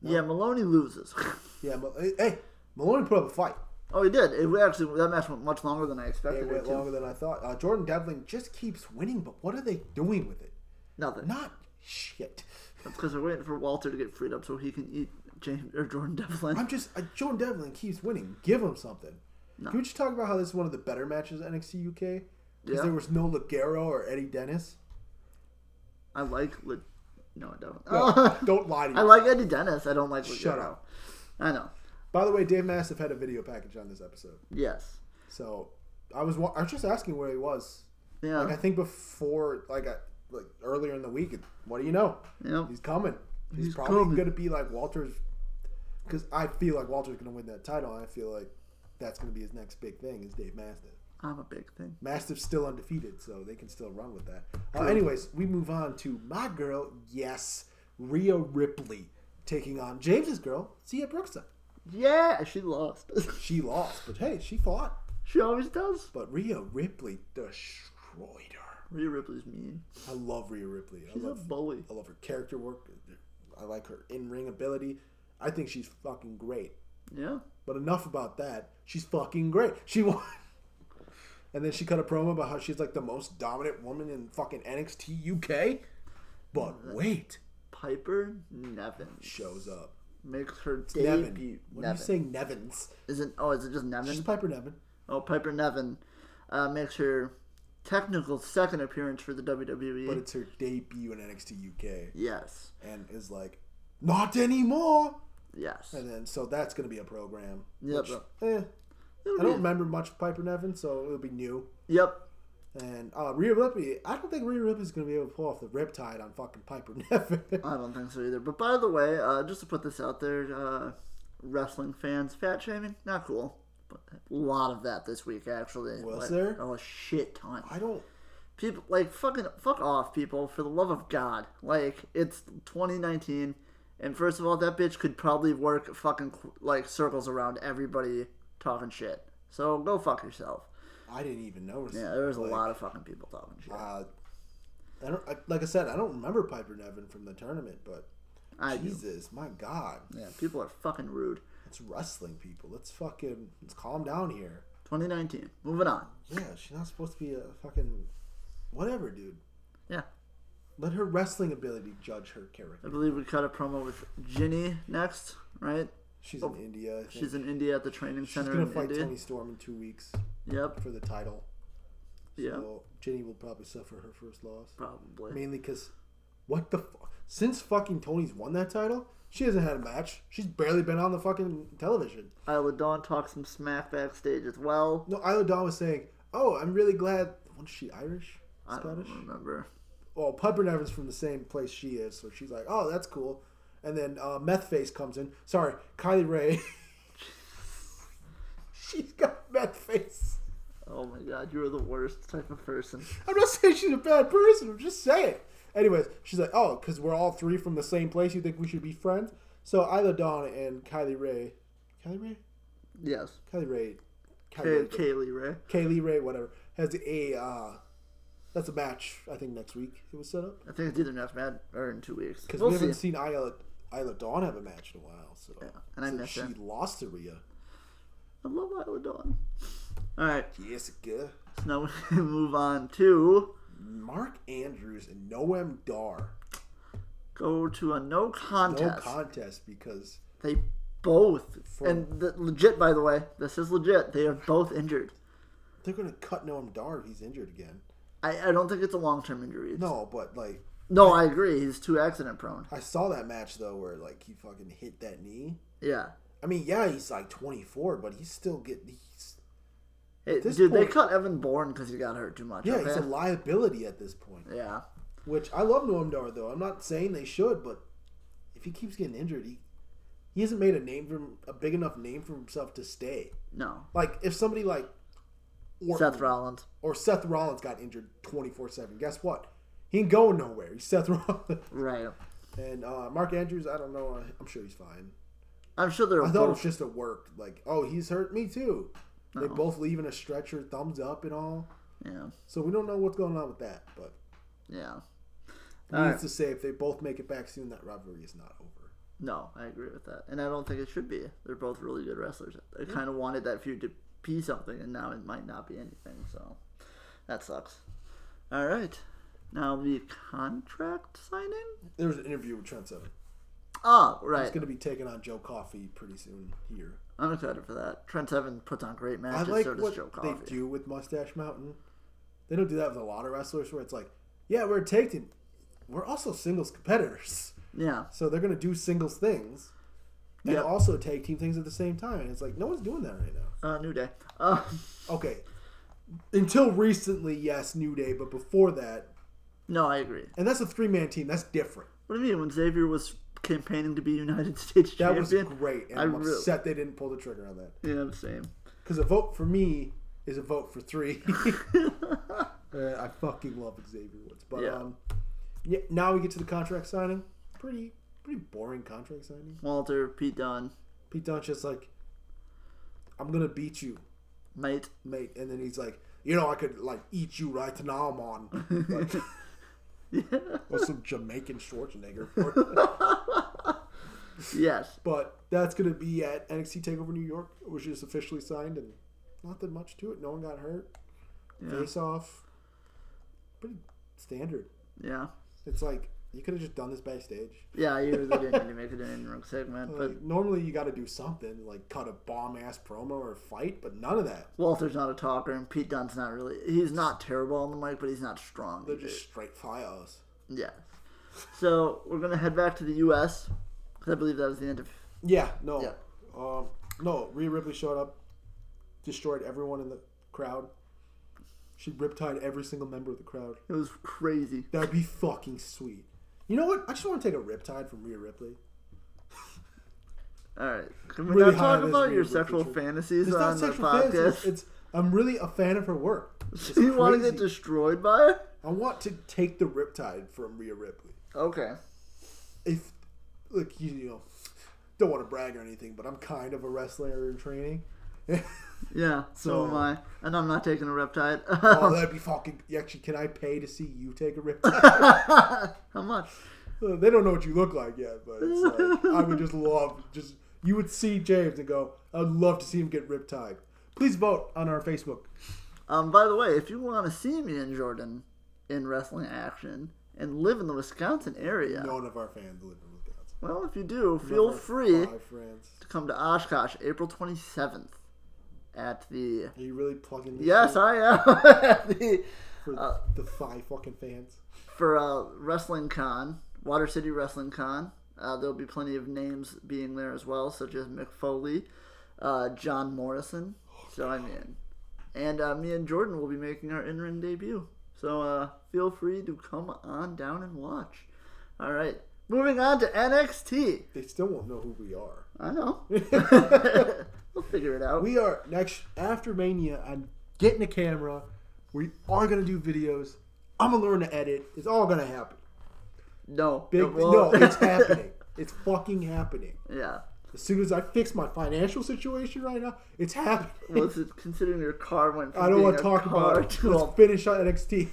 S1: yeah Maloney loses. [LAUGHS]
S2: Yeah, Mal- hey, hey, Maloney put up a fight.
S1: oh, he did. It actually that match went much longer than I expected
S2: It
S1: it
S2: went
S1: to.
S2: longer than I thought. Uh, Jordan Devlin just keeps winning, but what are they doing with it?
S1: Nothing.
S2: Not shit.
S1: That's because they're waiting for Walter to get freed up so he can eat James or Jordan Devlin.
S2: I'm just uh, Jordan Devlin keeps winning. Give him something. Can we just talk about how this is one of the better matches at NXT UK? Because
S1: Yeah.
S2: there was no Ligero or
S1: [LAUGHS]
S2: Eddie Dennis.
S1: I like. Li- no, I don't.
S2: Don't lie
S1: [LAUGHS]
S2: to
S1: I
S2: you.
S1: like Eddie Dennis. I don't like.
S2: Shut
S1: Ligero.
S2: up.
S1: I know.
S2: By the way, Dave Mastiff had a video package on this episode,
S1: Yes.
S2: so I was wa- I was just asking where he was.
S1: Yeah.
S2: Like I think before, like I, like earlier in the week. and What do you know?
S1: Yep.
S2: He's coming. He's,
S1: He's
S2: probably
S1: coming.
S2: going to be like Walter's. Because I feel like Walter's going to win that title, and I feel like that's going to be his next big thing is Dave Mastiff.
S1: I'm a big thing.
S2: Mastiff's still undefeated, so they can still run with that. Uh, anyways, we move on to my girl, yes, Rhea Ripley, taking on James's girl, Zia Brookside.
S1: Yeah, she lost. [LAUGHS]
S2: She lost, but hey, she fought.
S1: she always does.
S2: But Rhea Ripley destroyed her.
S1: Rhea Ripley's mean.
S2: I love Rhea Ripley.
S1: She's
S2: I
S1: a
S2: love
S1: bully.
S2: I love her character work. I like her in ring ability. I think she's fucking great.
S1: Yeah.
S2: But enough about that. She's fucking great. She won. [LAUGHS] And then she cut a promo about how she's like the most dominant woman in fucking NXT UK. But wait,
S1: Piper Nevins
S2: shows up.
S1: makes her
S2: Nevin.
S1: debut.
S2: What are you saying, Nevins?
S1: Isn't oh is it just Nevin?
S2: She's Piper Nevin.
S1: Oh, Piper Nevin uh, makes her technical second appearance for the WWE.
S2: But it's her debut in NXT UK
S1: yes,
S2: and is like, not anymore.
S1: yes.
S2: And then so that's gonna be a program.
S1: Yep.
S2: which, eh, I don't remember much of Piper Nevin, so it'll be new.
S1: Yep.
S2: And uh, Rhea Ripley, I don't think Rhea Ripley's gonna be able to pull off the Riptide on fucking Piper [LAUGHS] Nevin.
S1: I don't think so either. But by the way, uh, just to put this out there, uh, wrestling fans, fat shaming, not cool. But a lot of that this week, actually.
S2: Was
S1: Like,
S2: there?
S1: Oh, a shit ton.
S2: I don't.
S1: People, like, fucking, fuck off, people, for the love of God. Like, it's 2019, and first of all, that bitch could probably work fucking, like, circles around everybody talking shit. So go fuck yourself.
S2: I didn't even notice.
S1: Yeah, there was a lot of fucking people talking shit.
S2: Uh, I don't. I, like I said, I don't remember Piper Nevin from the tournament, but
S1: I do.
S2: Jesus, my God,
S1: Yeah, people are fucking rude.
S2: it's wrestling people. Let's fucking let's calm down here.
S1: 2019. Moving on.
S2: Yeah, she's not supposed to be a fucking whatever, dude.
S1: Yeah.
S2: Let her wrestling ability judge her character.
S1: I believe we cut a promo with Ginny next, right?
S2: She's in India. I think.
S1: Oh, She's in India at the training
S2: She's
S1: center
S2: gonna
S1: in
S2: fight
S1: India.
S2: Tony Storm in two weeks
S1: Yep.
S2: for the title.
S1: Yeah.
S2: Well, Jenny will probably suffer her first loss.
S1: Probably.
S2: Mainly because, what the fuck? Since fucking Tony's won that title, she hasn't had a match. She's barely been on the fucking television.
S1: Isla Dawn talks some smack backstage as well.
S2: No, Isla Dawn was saying, "Oh, I'm really glad." Wasn't she Irish?
S1: I don't
S2: Scottish?
S1: remember.
S2: Well, Piper Nevin's from the same place she is, so she's like, "Oh, that's cool." And then uh, Meth Face comes in. Sorry, Kylie Ray. [LAUGHS] she's got Meth Face.
S1: Oh my god, you're the worst type of person.
S2: I'm not saying she's a bad person. I'm just saying. Anyways, she's like, oh, because we're all three from the same place. You think we should be friends? So Isla Dawn and Kylie Ray, Kylie Ray,
S1: Yes.
S2: Kylie Ray,
S1: Kay-
S2: Kylie Ray,
S1: Kaylee Ray.
S2: Kaylee Ray, whatever, has a uh, that's a match. I think next week it was set up
S1: I think it's either next match or in two weeks.
S2: because
S1: We'll
S2: we
S1: see.
S2: haven't seen Isla Isla Dawn have a match in a while. So
S1: and I
S2: So
S1: miss
S2: she
S1: her.
S2: lost to Rhea.
S1: I love Isla Dawn. Alright,
S2: Yes, good.
S1: so now [LAUGHS] we move on to
S2: Mark Andrews and Noam Dar.
S1: go to a no
S2: No
S1: contest.
S2: contest because
S1: They both
S2: For-
S1: and the, legit by the way, this is legit. They are both injured.
S2: they're gonna cut Noam Dar if he's injured again.
S1: I, I don't think it's a long term injury. It's-
S2: No, but like
S1: no, I agree. He's too accident prone.
S2: I saw that match though, where like he fucking hit that knee.
S1: Yeah.
S2: I mean, yeah, he's like 24, but he's still getting. He's,
S1: Hey,
S2: this
S1: dude, they
S2: point-
S1: cut Evan Bourne because he got hurt too much.
S2: yeah,
S1: okay?
S2: he's a liability at this point.
S1: yeah.
S2: Which I love Noam Dar though. I'm not saying they should, but if he keeps getting injured, he he hasn't made a name for him, a big enough name for himself to stay.
S1: No.
S2: Like if somebody like Orton
S1: Seth Rollins.
S2: or Seth Rollins got injured 24 seven, guess what? He ain't going nowhere. He's Seth [LAUGHS] Rollins
S1: Right.
S2: and uh, Mark Andrews. I don't know. I'm sure he's fine.
S1: I'm sure they're
S2: I thought it was
S1: both.
S2: just a work. Like, oh, he's hurt me too. They both leaving a stretcher, thumbs up and all.
S1: Yeah.
S2: So we don't know what's going on with that. But
S1: Yeah.
S2: needs
S1: Alright.
S2: to say if they both make it back soon, that rivalry is not over.
S1: No, I agree with that. And I don't think it should be. They're both really good wrestlers. I kind of wanted that feud to be something, and now it might not be anything. So that sucks. All right. Now the contract signing?
S2: There was an interview with Trent Seven.
S1: Oh,
S2: He's
S1: right.
S2: going to be taking on Joe Coffey pretty soon here.
S1: I'm excited for that. Trent Seven puts on great
S2: I
S1: matches,
S2: like
S1: so does
S2: what
S1: Joe
S2: they
S1: Coffey.
S2: do with Mustache Mountain. They don't do that with a lot of wrestlers, where it's like, yeah, we're a tag team. We're also singles competitors. [LAUGHS]
S1: Yeah.
S2: So they're going to do singles things and
S1: Yeah.
S2: also tag team things at the same time. And it's like, no one's doing that right now.
S1: Uh, New Day. Uh, [LAUGHS]
S2: Okay. Until recently, yes, New Day, but before that,
S1: no, I agree.
S2: and that's a three man team. That's different.
S1: What do you mean when Xavier was campaigning to be United [LAUGHS] States
S2: That was
S1: champion?
S2: great, and
S1: I
S2: I'm
S1: really-
S2: upset they didn't pull the trigger on that.
S1: Yeah, I'm saying.
S2: Because a vote for me is a vote for three. [LAUGHS] Uh, I fucking love Xavier Woods, but
S1: Yeah.
S2: um, yeah. Now we get to the contract signing. Pretty Pretty boring contract signing.
S1: Walter, Pete Dunne,
S2: Pete Dunne's just like, I'm gonna beat you,
S1: mate.
S2: mate, and then he's like, you know, I could like eat you right now, man. Like, or some Jamaican Schwarzenegger.
S1: Yes.
S2: But that's going to be at NXT Takeover New York, which is officially signed, and not that much to it. No one got hurt. Face off, pretty standard.
S1: Yeah.
S2: It's like you could have just done this backstage.
S1: Yeah, you really didn't need to make it an in-ring segment, but
S2: Like, normally you got to do something like cut a bomb ass promo or fight, but none of that.
S1: Walter's not a talker, and Pete Dunne's not really. He's not terrible on the mic, but he's not strong.
S2: They're
S1: either.
S2: just straight fires.
S1: yeah. So we're gonna head back to the U.S. 'cause I believe that was the end of.
S2: Yeah, no,
S1: Yeah.
S2: Um, no. Rhea Ripley showed up, destroyed everyone in the crowd. She riptide every single member of the crowd.
S1: It was crazy.
S2: That'd be fucking sweet. You know what? I just want to take a riptide from Rhea Ripley.
S1: All right, can we
S2: Really
S1: now
S2: high
S1: talk
S2: on this
S1: about your
S2: Rhea Ripley
S1: sexual
S2: trip.
S1: fantasies
S2: It's
S1: on
S2: not
S1: the
S2: sexual fantasy. It's,
S1: podcast?
S2: it's- I'm really a fan of her work. It's
S1: [LAUGHS] Do you want to
S2: crazy.
S1: get destroyed by it?
S2: I want to take the riptide from Rhea Ripley.
S1: Okay.
S2: If look, you, you know, don't want to brag or anything, but I'm kind of a wrestler
S1: [LAUGHS]
S2: in training.
S1: Yeah. So,
S2: So-
S1: am I, and I'm not taking a reptile. [LAUGHS]
S2: oh, that'd be fucking. Actually, can I pay to see you take a riptide?
S1: How much?
S2: Uh, they don't know what you look like yet, but it's like, I would just love just you would see James and go, I'd love to see him get riptide. Please vote on our Facebook.
S1: Um, by the way, if you want to see me and Jordan in wrestling action and live in the Wisconsin area,
S2: None of our fans live in Wisconsin.
S1: well, if you do, feel free
S2: Five friends.
S1: to come to Oshkosh April 27th at the.
S2: Are you really plugging this
S1: Yes,
S2: shit
S1: I am. [LAUGHS] at the,
S2: for the five fucking fans?
S1: for uh, Wrestling Con, Water City Wrestling Con. Uh, there'll be plenty of names being there as well, such as Mick Foley, uh, John Morrison. So I'm in. And uh, me and Jordan will be making our in ring debut. So uh, feel free to come on down and watch. All right. Moving on to NXT.
S2: They still won't know who we are.
S1: I
S2: [LAUGHS]
S1: know. we'll figure it out.
S2: We are next after Mania. I'm getting a camera. We are gonna do videos. I'm gonna learn to edit. It's all gonna happen.
S1: no.
S2: Big
S1: it
S2: no,
S1: won't. [LAUGHS]
S2: it's happening. It's fucking happening.
S1: yeah.
S2: As soon as I fix my financial situation right now, it's [LAUGHS] happening.
S1: Well, it's considering your car went from
S2: I don't
S1: want to
S2: talk
S1: car
S2: about it.
S1: to a [LAUGHS]
S2: Let's finish on NXT.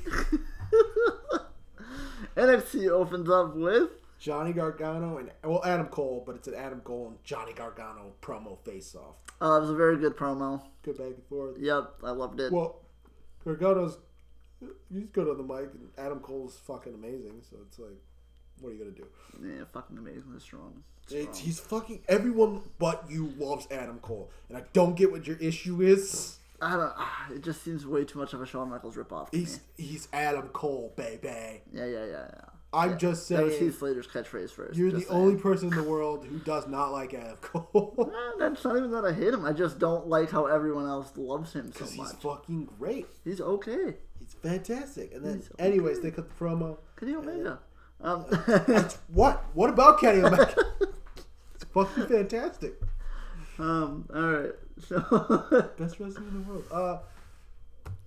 S1: NXT opens up with
S2: Johnny Gargano and well Adam Cole, but it's an Adam Cole and Johnny Gargano promo face off.
S1: Oh, it was a very good promo.
S2: Good back and forth.
S1: Yep, I loved it.
S2: Well, Gargano's he's good on the mic, and Adam Cole's fucking amazing. So it's like, what are you gonna do?
S1: yeah, fucking amazing, and strong.
S2: It's, he's fucking everyone but you loves Adam Cole, and I don't get what your issue is.
S1: I don't. ah, It just seems way too much of a Shawn Michaels ripoff. To me.
S2: He's he's Adam Cole, baby.
S1: Yeah, yeah, yeah, yeah.
S2: I'm just
S1: That was
S2: saying.
S1: Heath Slater's catchphrase first.
S2: You're
S1: just
S2: the
S1: saying.
S2: only person in the world who does not like Adam [LAUGHS] Cole.
S1: Eh, That's not even that I hate him. I just don't like how everyone else loves him so
S2: Because
S1: much.
S2: he's fucking great.
S1: He's okay.
S2: He's fantastic. And then,
S1: He's okay.
S2: anyways, they cut the promo.
S1: Kenny Omega. Um,
S2: [LAUGHS]
S1: [LAUGHS]
S2: That's what? What about [LAUGHS] Kenny Omega? it's fucking fantastic.
S1: um. All right. So [LAUGHS]
S2: Best wrestler in the world. Uh,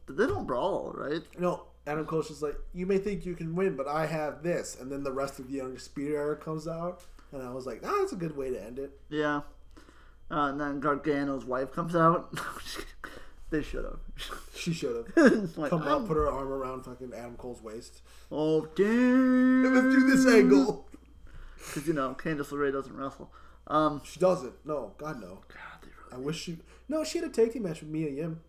S1: they don't brawl, right?
S2: no, Adam Cole's just like, you may think you can win, but I have this. And then the rest of the Undisputed Era comes out. And I was like, ah, that's a good way to end it.
S1: Yeah. Uh, and then Gargano's wife comes out. [LAUGHS] they should [LAUGHS] have.
S2: She should
S1: [LAUGHS]
S2: have
S1: like, "Ah, oh.
S2: come
S1: I'm
S2: up, put her arm around fucking Adam Cole's waist.
S1: Oh, dude.
S2: Let's do this angle.
S1: Because, you know, Candice LeRae doesn't wrestle. Um,
S2: She doesn't. No, God, no.
S1: God, they really...
S2: I wish she. No, she had a tag team match with Mia Yim.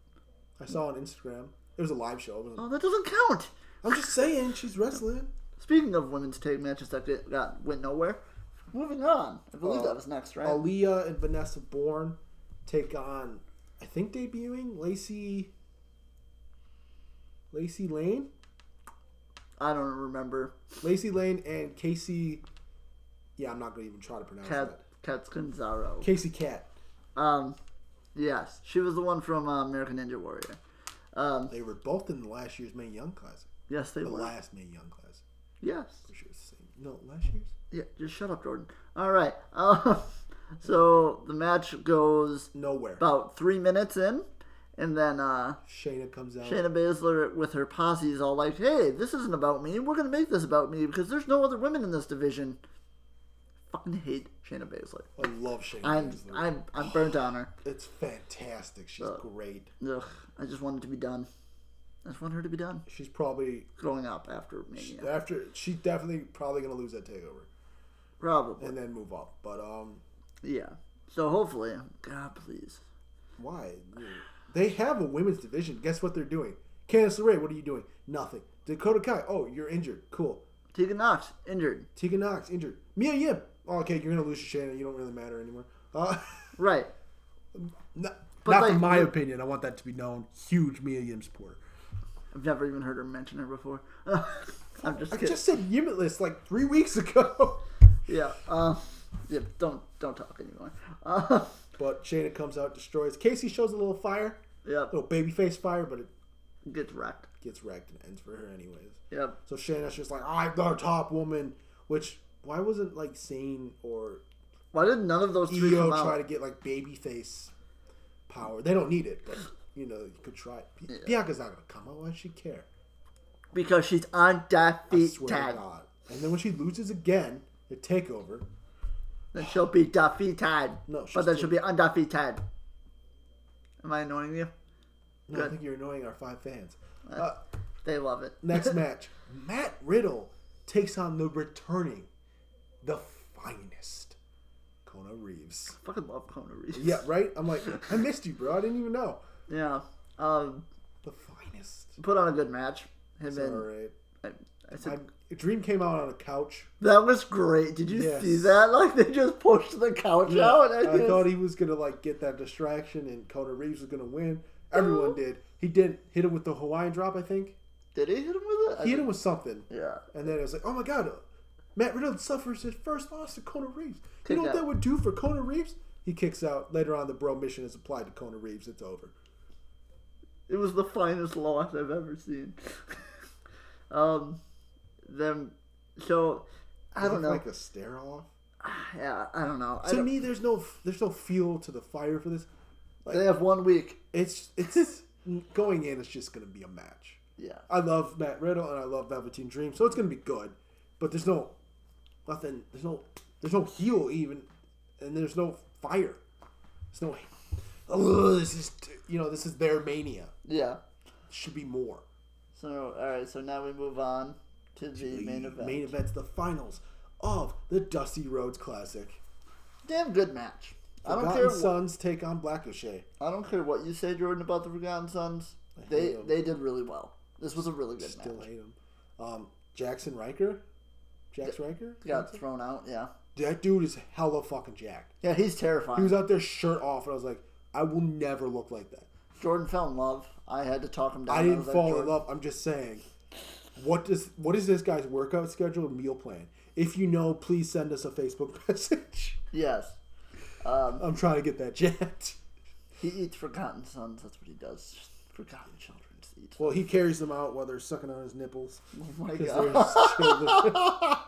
S2: I saw on Instagram. It was a live show. It wasn't-
S1: Oh, that doesn't count.
S2: I'm just saying, she's wrestling.
S1: Speaking of women's tag matches that get, got went nowhere, moving on. I believe that was next,
S2: Oh.
S1: right?
S2: Aaliyah and Vanessa Bourne take on, I think debuting Lacey. Lacey Lane,
S1: I don't remember.
S2: Lacey Lane, and Casey. Yeah, I'm not gonna even try to pronounce
S1: Kat,
S2: that.
S1: Kat Scanzaro.
S2: Casey Cat.
S1: Um, yes, she was the one from uh, American Ninja Warrior. Um,
S2: They were both in last year's May Young class.
S1: yes, they
S2: The
S1: were.
S2: last May Young class.
S1: Yes.
S2: Pretty sure it's the same. No, last year's.
S1: Yeah, just shut up, Jordan. All right. Um, [LAUGHS] so the match goes
S2: Nowhere.
S1: about three minutes in, and then uh,
S2: Shayna comes out.
S1: Shayna Baszler with her posse is all like, "Hey, this isn't about me. We're gonna make this about me because there's no other women in this division." fucking hate Shayna Baszler.
S2: I love Shayna
S1: I'm
S2: Baszler.
S1: I'm I'm burnt on her.
S2: It's fantastic. She's
S1: Uh.
S2: great.
S1: Ugh, I just wanted to be done. I just want her to be done.
S2: She's probably
S1: Growing up after Mania,
S2: after she's definitely probably gonna lose that takeover
S1: probably.
S2: and then move up. But um,
S1: Yeah. So hopefully, God please.
S2: why? They have a women's division. Guess what they're doing? Candice LeRae, what are you doing? Nothing. Dakota Kai, oh, you're injured. Cool.
S1: Tegan Knox injured.
S2: Tegan Knox injured. Mia Yim, oh, okay, you're gonna lose to Shannon. You don't really matter anymore. Uh, [LAUGHS]
S1: Right.
S2: not
S1: But,
S2: not
S1: like,
S2: in my
S1: you-
S2: opinion. I want that to be known. Huge Mia Yim supporter.
S1: I've never even heard her mention her before. [LAUGHS] I'm just
S2: I
S1: kidding.
S2: just said Yimitless like three weeks [LAUGHS] ago.
S1: Yeah. Uh, yeah. Don't don't talk anymore. Uh, [LAUGHS]
S2: But Shayna comes out, destroys. Casey shows a little fire,
S1: yep.
S2: little baby face fire, but it
S1: Gets wrecked.
S2: gets wrecked and ends for her anyways.
S1: Yep.
S2: So Shayna's just like, I'm the top woman, which why wasn't like Sane or
S1: Why did none of those three
S2: Io
S1: come out?
S2: try to get like babyface power? They don't need it, but you know you could try. It. Bi- Bianca's not gonna come out. Why does she care?
S1: Because she's
S2: I
S1: undefeated.
S2: swear to God. And then when she loses again, the takeover.
S1: Then she'll be defeated.
S2: No, she's
S1: but then
S2: still-
S1: she'll be undefeated. Am I annoying you?
S2: No, I
S1: Good.
S2: think you're annoying our five fans. Uh,
S1: They love it. [LAUGHS]
S2: next match, Matt Riddle takes on the returning, the finest, Kona Reeves.
S1: Fucking love Kona Reeves.
S2: Yeah, right? I'm like, I missed you, bro. I didn't even know.
S1: Yeah. Um,
S2: The finest.
S1: put on a good match. Him
S2: All right.
S1: and I, I said
S2: My dream came out on
S1: [LAUGHS]
S2: a couch.
S1: that was great. Did you
S2: Yes.
S1: see that? Like they just pushed the couch out.
S2: I,
S1: And I, just,
S2: thought he was gonna like get that distraction, and Kona Reeves was gonna win. Everyone did. He didn't hit him with the Hawaiian drop. I think
S1: did he hit him with it? I
S2: he hit
S1: think-
S2: him with something,
S1: yeah.
S2: and then it was like, oh my god, uh, Matt Riddle suffers his first loss to Kona Reeves. You
S1: Kick
S2: know what
S1: out.
S2: that would do for Kona Reeves? He kicks out. Later on, the bro mission is applied to Kona Reeves. It's over.
S1: It was the finest loss I've ever seen. [LAUGHS] um, then so I don't know.
S2: Like a stare off.
S1: yeah, I don't know. I
S2: To
S1: don't-
S2: me, there's no there's no fuel to the fire for this.
S1: they have one week.
S2: It's it's going in. It's just gonna be a match.
S1: Yeah.
S2: I love Matt Riddle and I love Velveteen Dream, so it's gonna be good. But there's no nothing. There's no there's no heel even, and there's no fire. There's no. Ugh, this is t- you know this is their mania.
S1: Yeah.
S2: Should be more
S1: So all right. So now we move on to the main event.
S2: Main event's the finals of the Dusty Rhodes Classic.
S1: Damn good match. I don't
S2: Forgotten
S1: care. What,
S2: Sons take on Blackoche.
S1: I don't care what you say, Jordan, about the Forgotten Sons. They
S2: hate 'em.
S1: they did really well. This was a really good
S2: Still
S1: match.
S2: hate him. Um, Jackson Riker. Jax Riker.
S1: Got thrown out. Yeah.
S2: That dude is hella fucking jacked.
S1: Yeah, he's
S2: He
S1: terrifying.
S2: was out there shirt off, and I was like, I will never look like that.
S1: Jordan fell in love. I had to talk him down.
S2: I
S1: was
S2: didn't
S1: like,
S2: fall in
S1: "Jordan,
S2: love. I'm just saying, what does what is this guy's workout schedule and meal plan? If you know, please send us a Facebook [LAUGHS] message.
S1: Yes.
S2: I'm trying to get that jacked.
S1: He eats forgotten sons. That's what he does. Forgotten children to eat.
S2: Well, he carries them out while they're sucking on his nipples.
S1: Oh my
S2: 'cause
S1: god!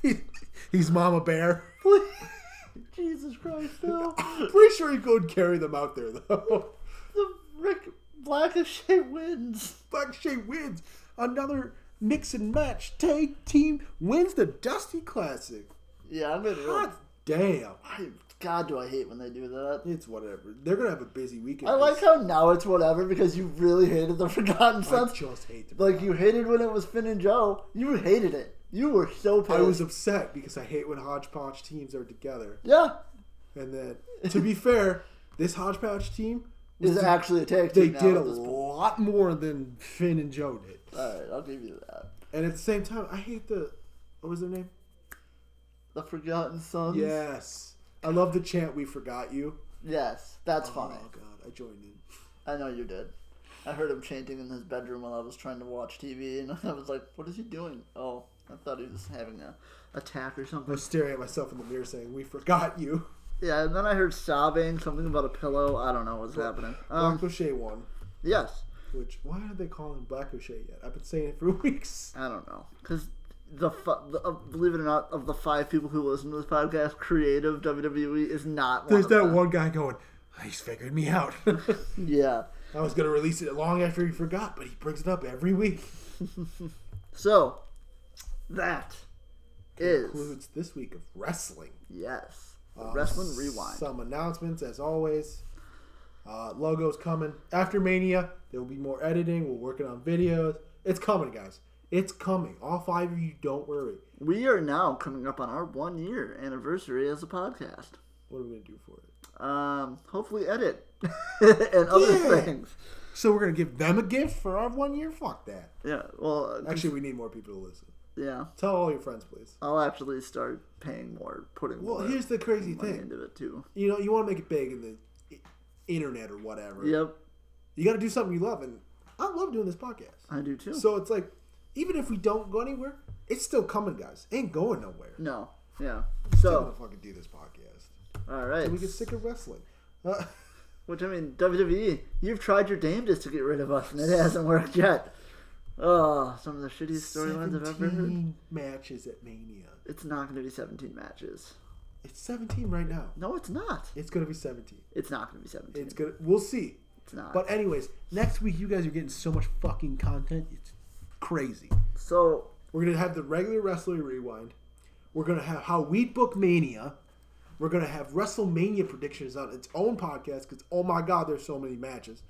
S2: they're his children. He- [LAUGHS] He's Mama Bear.
S1: [LAUGHS] Jesus Christ!
S2: [LAUGHS]
S1: No.
S2: Pretty sure he could carry them out there though. [LAUGHS]
S1: the Rick Blackache wins.
S2: Black Shea wins another mix and match tag team wins the Dusty Classic.
S1: Yeah, I'm gonna.
S2: God
S1: Really,
S2: damn.
S1: I, god, do I hate when they do that.
S2: It's whatever. They're gonna have a busy weekend.
S1: I like how now it's whatever because you really hated the [LAUGHS] Forgotten
S2: I
S1: Sons.
S2: just hate the.
S1: Like you hated when it was Finn and Joe. You hated it. You were so pissed.
S2: I was upset because I hate when hodgepodge teams are together.
S1: yeah.
S2: And then,
S1: [LAUGHS]
S2: to be fair, this hodgepodge team,
S1: Is actually a tag
S2: they
S1: team now
S2: did a
S1: at this point.
S2: lot more than Finn and Joe did.
S1: All right, I'll give you that.
S2: And at the same time, I hate the. What was their name?
S1: The Forgotten Sons.
S2: Yes. I love the chant, We Forgot You.
S1: Yes, that's
S2: Oh,
S1: funny.
S2: God. I joined in.
S1: I know you did. I heard him chanting in his bedroom while I was trying to watch TV, [LAUGHS] and I was like, "What is he doing?" Oh, I thought he was having a attack or
S2: I
S1: something.
S2: was staring at myself in the mirror saying, We Forgot You.
S1: Yeah, and then I heard sobbing, something about a pillow. I don't know what's happening.
S2: Black
S1: Um,
S2: O'Shea won.
S1: yes,
S2: Which, why are they calling him Black O'Shea yet? I've been saying it for [LAUGHS] weeks.
S1: I don't know because the, fu- the uh, believe it or not, of the five people who listen to this podcast, creative WWE is not. One
S2: There's
S1: of
S2: that
S1: them.
S2: one guy going, "Oh, He's figured me out. [LAUGHS]
S1: Yeah.
S2: I was gonna release it long after he forgot, but he brings it up every week.
S1: So that is.
S2: concludes this week of wrestling.
S1: Yes.
S2: Um,
S1: Wrestling Rewind.
S2: Some announcements, as always. Uh, logos coming after Mania. There will be more editing. We're working on videos. It's coming, guys. It's coming. All five of you, don't worry.
S1: We are now coming up on our one year anniversary as a podcast.
S2: What are we gonna do for it?
S1: Um, hopefully, edit [LAUGHS] and other
S2: Yeah.
S1: things.
S2: So we're gonna give them a gift for our one year. Fuck that.
S1: Yeah. Well, uh,
S2: Actually, we need more people to listen.
S1: yeah.
S2: Tell all your friends, please.
S1: I'll actually start paying more, putting
S2: Well,
S1: more
S2: here's the crazy
S1: money
S2: thing.
S1: into it too.
S2: You know, you want to make it big in the i- internet or whatever.
S1: Yep,
S2: You got to do something you love, and I love doing this podcast.
S1: I do too.
S2: So it's like, even if we don't go anywhere, it's still coming, guys. It ain't going nowhere.
S1: no. Yeah.
S2: Still
S1: So,
S2: gonna fucking do this podcast.
S1: all right.
S2: We get sick of wrestling. Uh,
S1: Which I mean, WWE, you've tried your damnedest to get rid of us, and it hasn't worked yet. Oh, some of the shittiest [LAUGHS] storylines I've ever heard.
S2: Seventeen matches at Mania.
S1: It's not going to be 17 matches.
S2: It's seventeen right now.
S1: No, it's not.
S2: It's gonna be seventeen.
S1: It's not going to be 17.
S2: It's gonna. We'll see.
S1: It's not.
S2: But anyways, next week you guys are getting so much fucking content. It's crazy.
S1: so,
S2: We're gonna have the regular wrestling rewind. We're gonna have how we book Mania. We're gonna have WrestleMania predictions on its own podcast because oh my god, there's so many matches.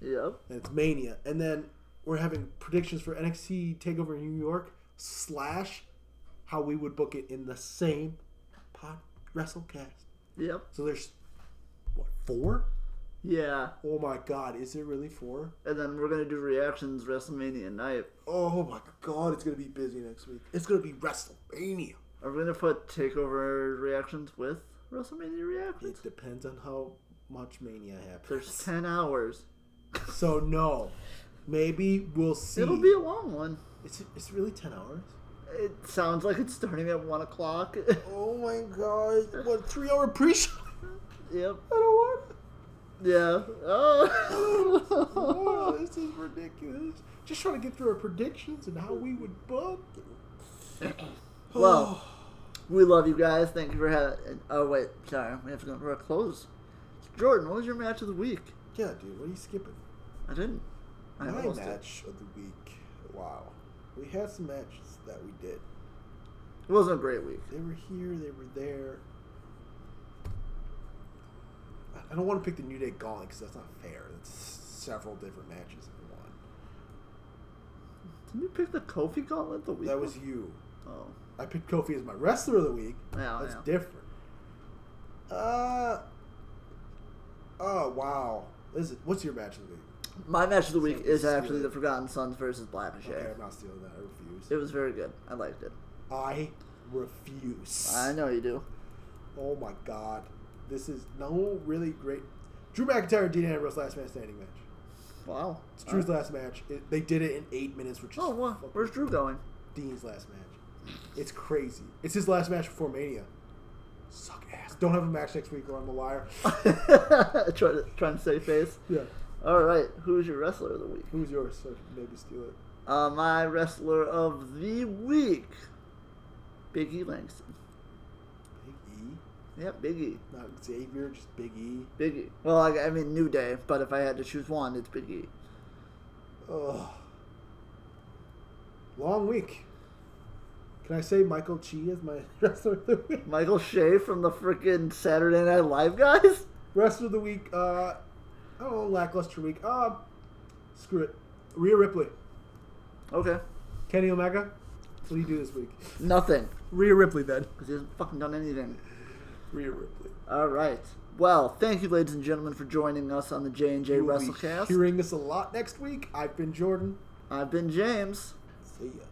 S1: yep.
S2: And it's Mania, and then we're having predictions for NXT Takeover New York slash how we would book it in the same pod WrestleCast.
S1: Yep.
S2: So there's what four?
S1: Yeah.
S2: Oh my god, is there really four?
S1: And then we're going to do reactions WrestleMania night.
S2: Oh my god, it's gonna be busy next week. It's gonna be WrestleMania.
S1: Are we going to put TakeOver reactions with WrestleMania reactions?
S2: It depends on how much mania
S1: There's
S2: happens.
S1: 10 hours.
S2: So no, maybe we'll see.
S1: It'll be a long one.
S2: It's it's really ten hours.
S1: It sounds like it's starting at 1 o'clock. [LAUGHS]
S2: Oh my god! What three hour pre-show? [LAUGHS]
S1: yep.
S2: I don't want. it.
S1: Yeah.
S2: Oh,
S1: Oh. [LAUGHS]
S2: this is ridiculous. Just trying to get through our predictions and how we would [CLEARS THROAT] book.
S1: well, we love you guys. Thank you for having. Oh wait, sorry, we have to go to our close. Jordan, what was your match of the week?
S2: [SIGHS] yeah, dude, what are you skipping?
S1: I didn't. I
S2: My
S1: almost did.
S2: match of the week. Wow, we had some matches that we did.
S1: It wasn't a great week.
S2: They were here. They were there. I- I don't want to pick the New Day Gauntlet because that's not fair. That's several different matches in one.
S1: Didn't you pick the Kofi Gauntlet the week?
S2: That was
S1: before?
S2: you.
S1: Oh,
S2: I picked Kofi as my wrestler of the week.
S1: Yeah,
S2: that's
S1: yeah.
S2: different. Uh. Oh wow. Is it? What's your match of the week?
S1: my match of the week
S2: So,
S1: is
S2: steal
S1: actually
S2: it.
S1: the Forgotten Sons versus Blackshare.
S2: Okay, I'm not stealing that. I refuse.
S1: It was very good. I liked it.
S2: I refuse.
S1: I know you do.
S2: Oh my god. This is no really great. Drew McIntyre and Dean Ambrose last man standing match.
S1: Wow.
S2: It's Drew's last match. It, they did it in eight minutes, which is
S1: Oh, wow.
S2: fucking
S1: where's Drew going?
S2: Dean's last match. It's crazy. It's his last match before Mania. Suck ass. Don't have a match next week, or I'm
S1: [LAUGHS]
S2: a liar.
S1: trying to trying to save face.
S2: yeah.
S1: All right, who's your wrestler of the week?
S2: Who's yours? So I can maybe steal it.
S1: Uh, my wrestler of the week, Big E Langston.
S2: Big E,
S1: Yep, Big E.
S2: not Xavier, just Big E.
S1: Big E. Well, I, I mean New Day, but if I had to choose one, it's Big E.
S2: Ugh. Long week. Can I say Michael Chi as my [LAUGHS] wrestler of the week?
S1: Michael Shea from the freaking Saturday Night Live guys. [LAUGHS]
S2: Rest of the week, uh, I don't know, lackluster week. Uh, screw it. Rhea Ripley,
S1: Okay,
S2: Kenny Omega. What do you do this week?
S1: nothing
S2: Rhea Ripley then.
S1: because he hasn't fucking done anything.
S2: Rhea Ripley.
S1: All right. Well, thank you, ladies and gentlemen, for joining us on the J and J
S2: You will be
S1: WrestleCast.
S2: Hearing this a lot next week. I've been Jordan.
S1: I've been James.
S2: See ya.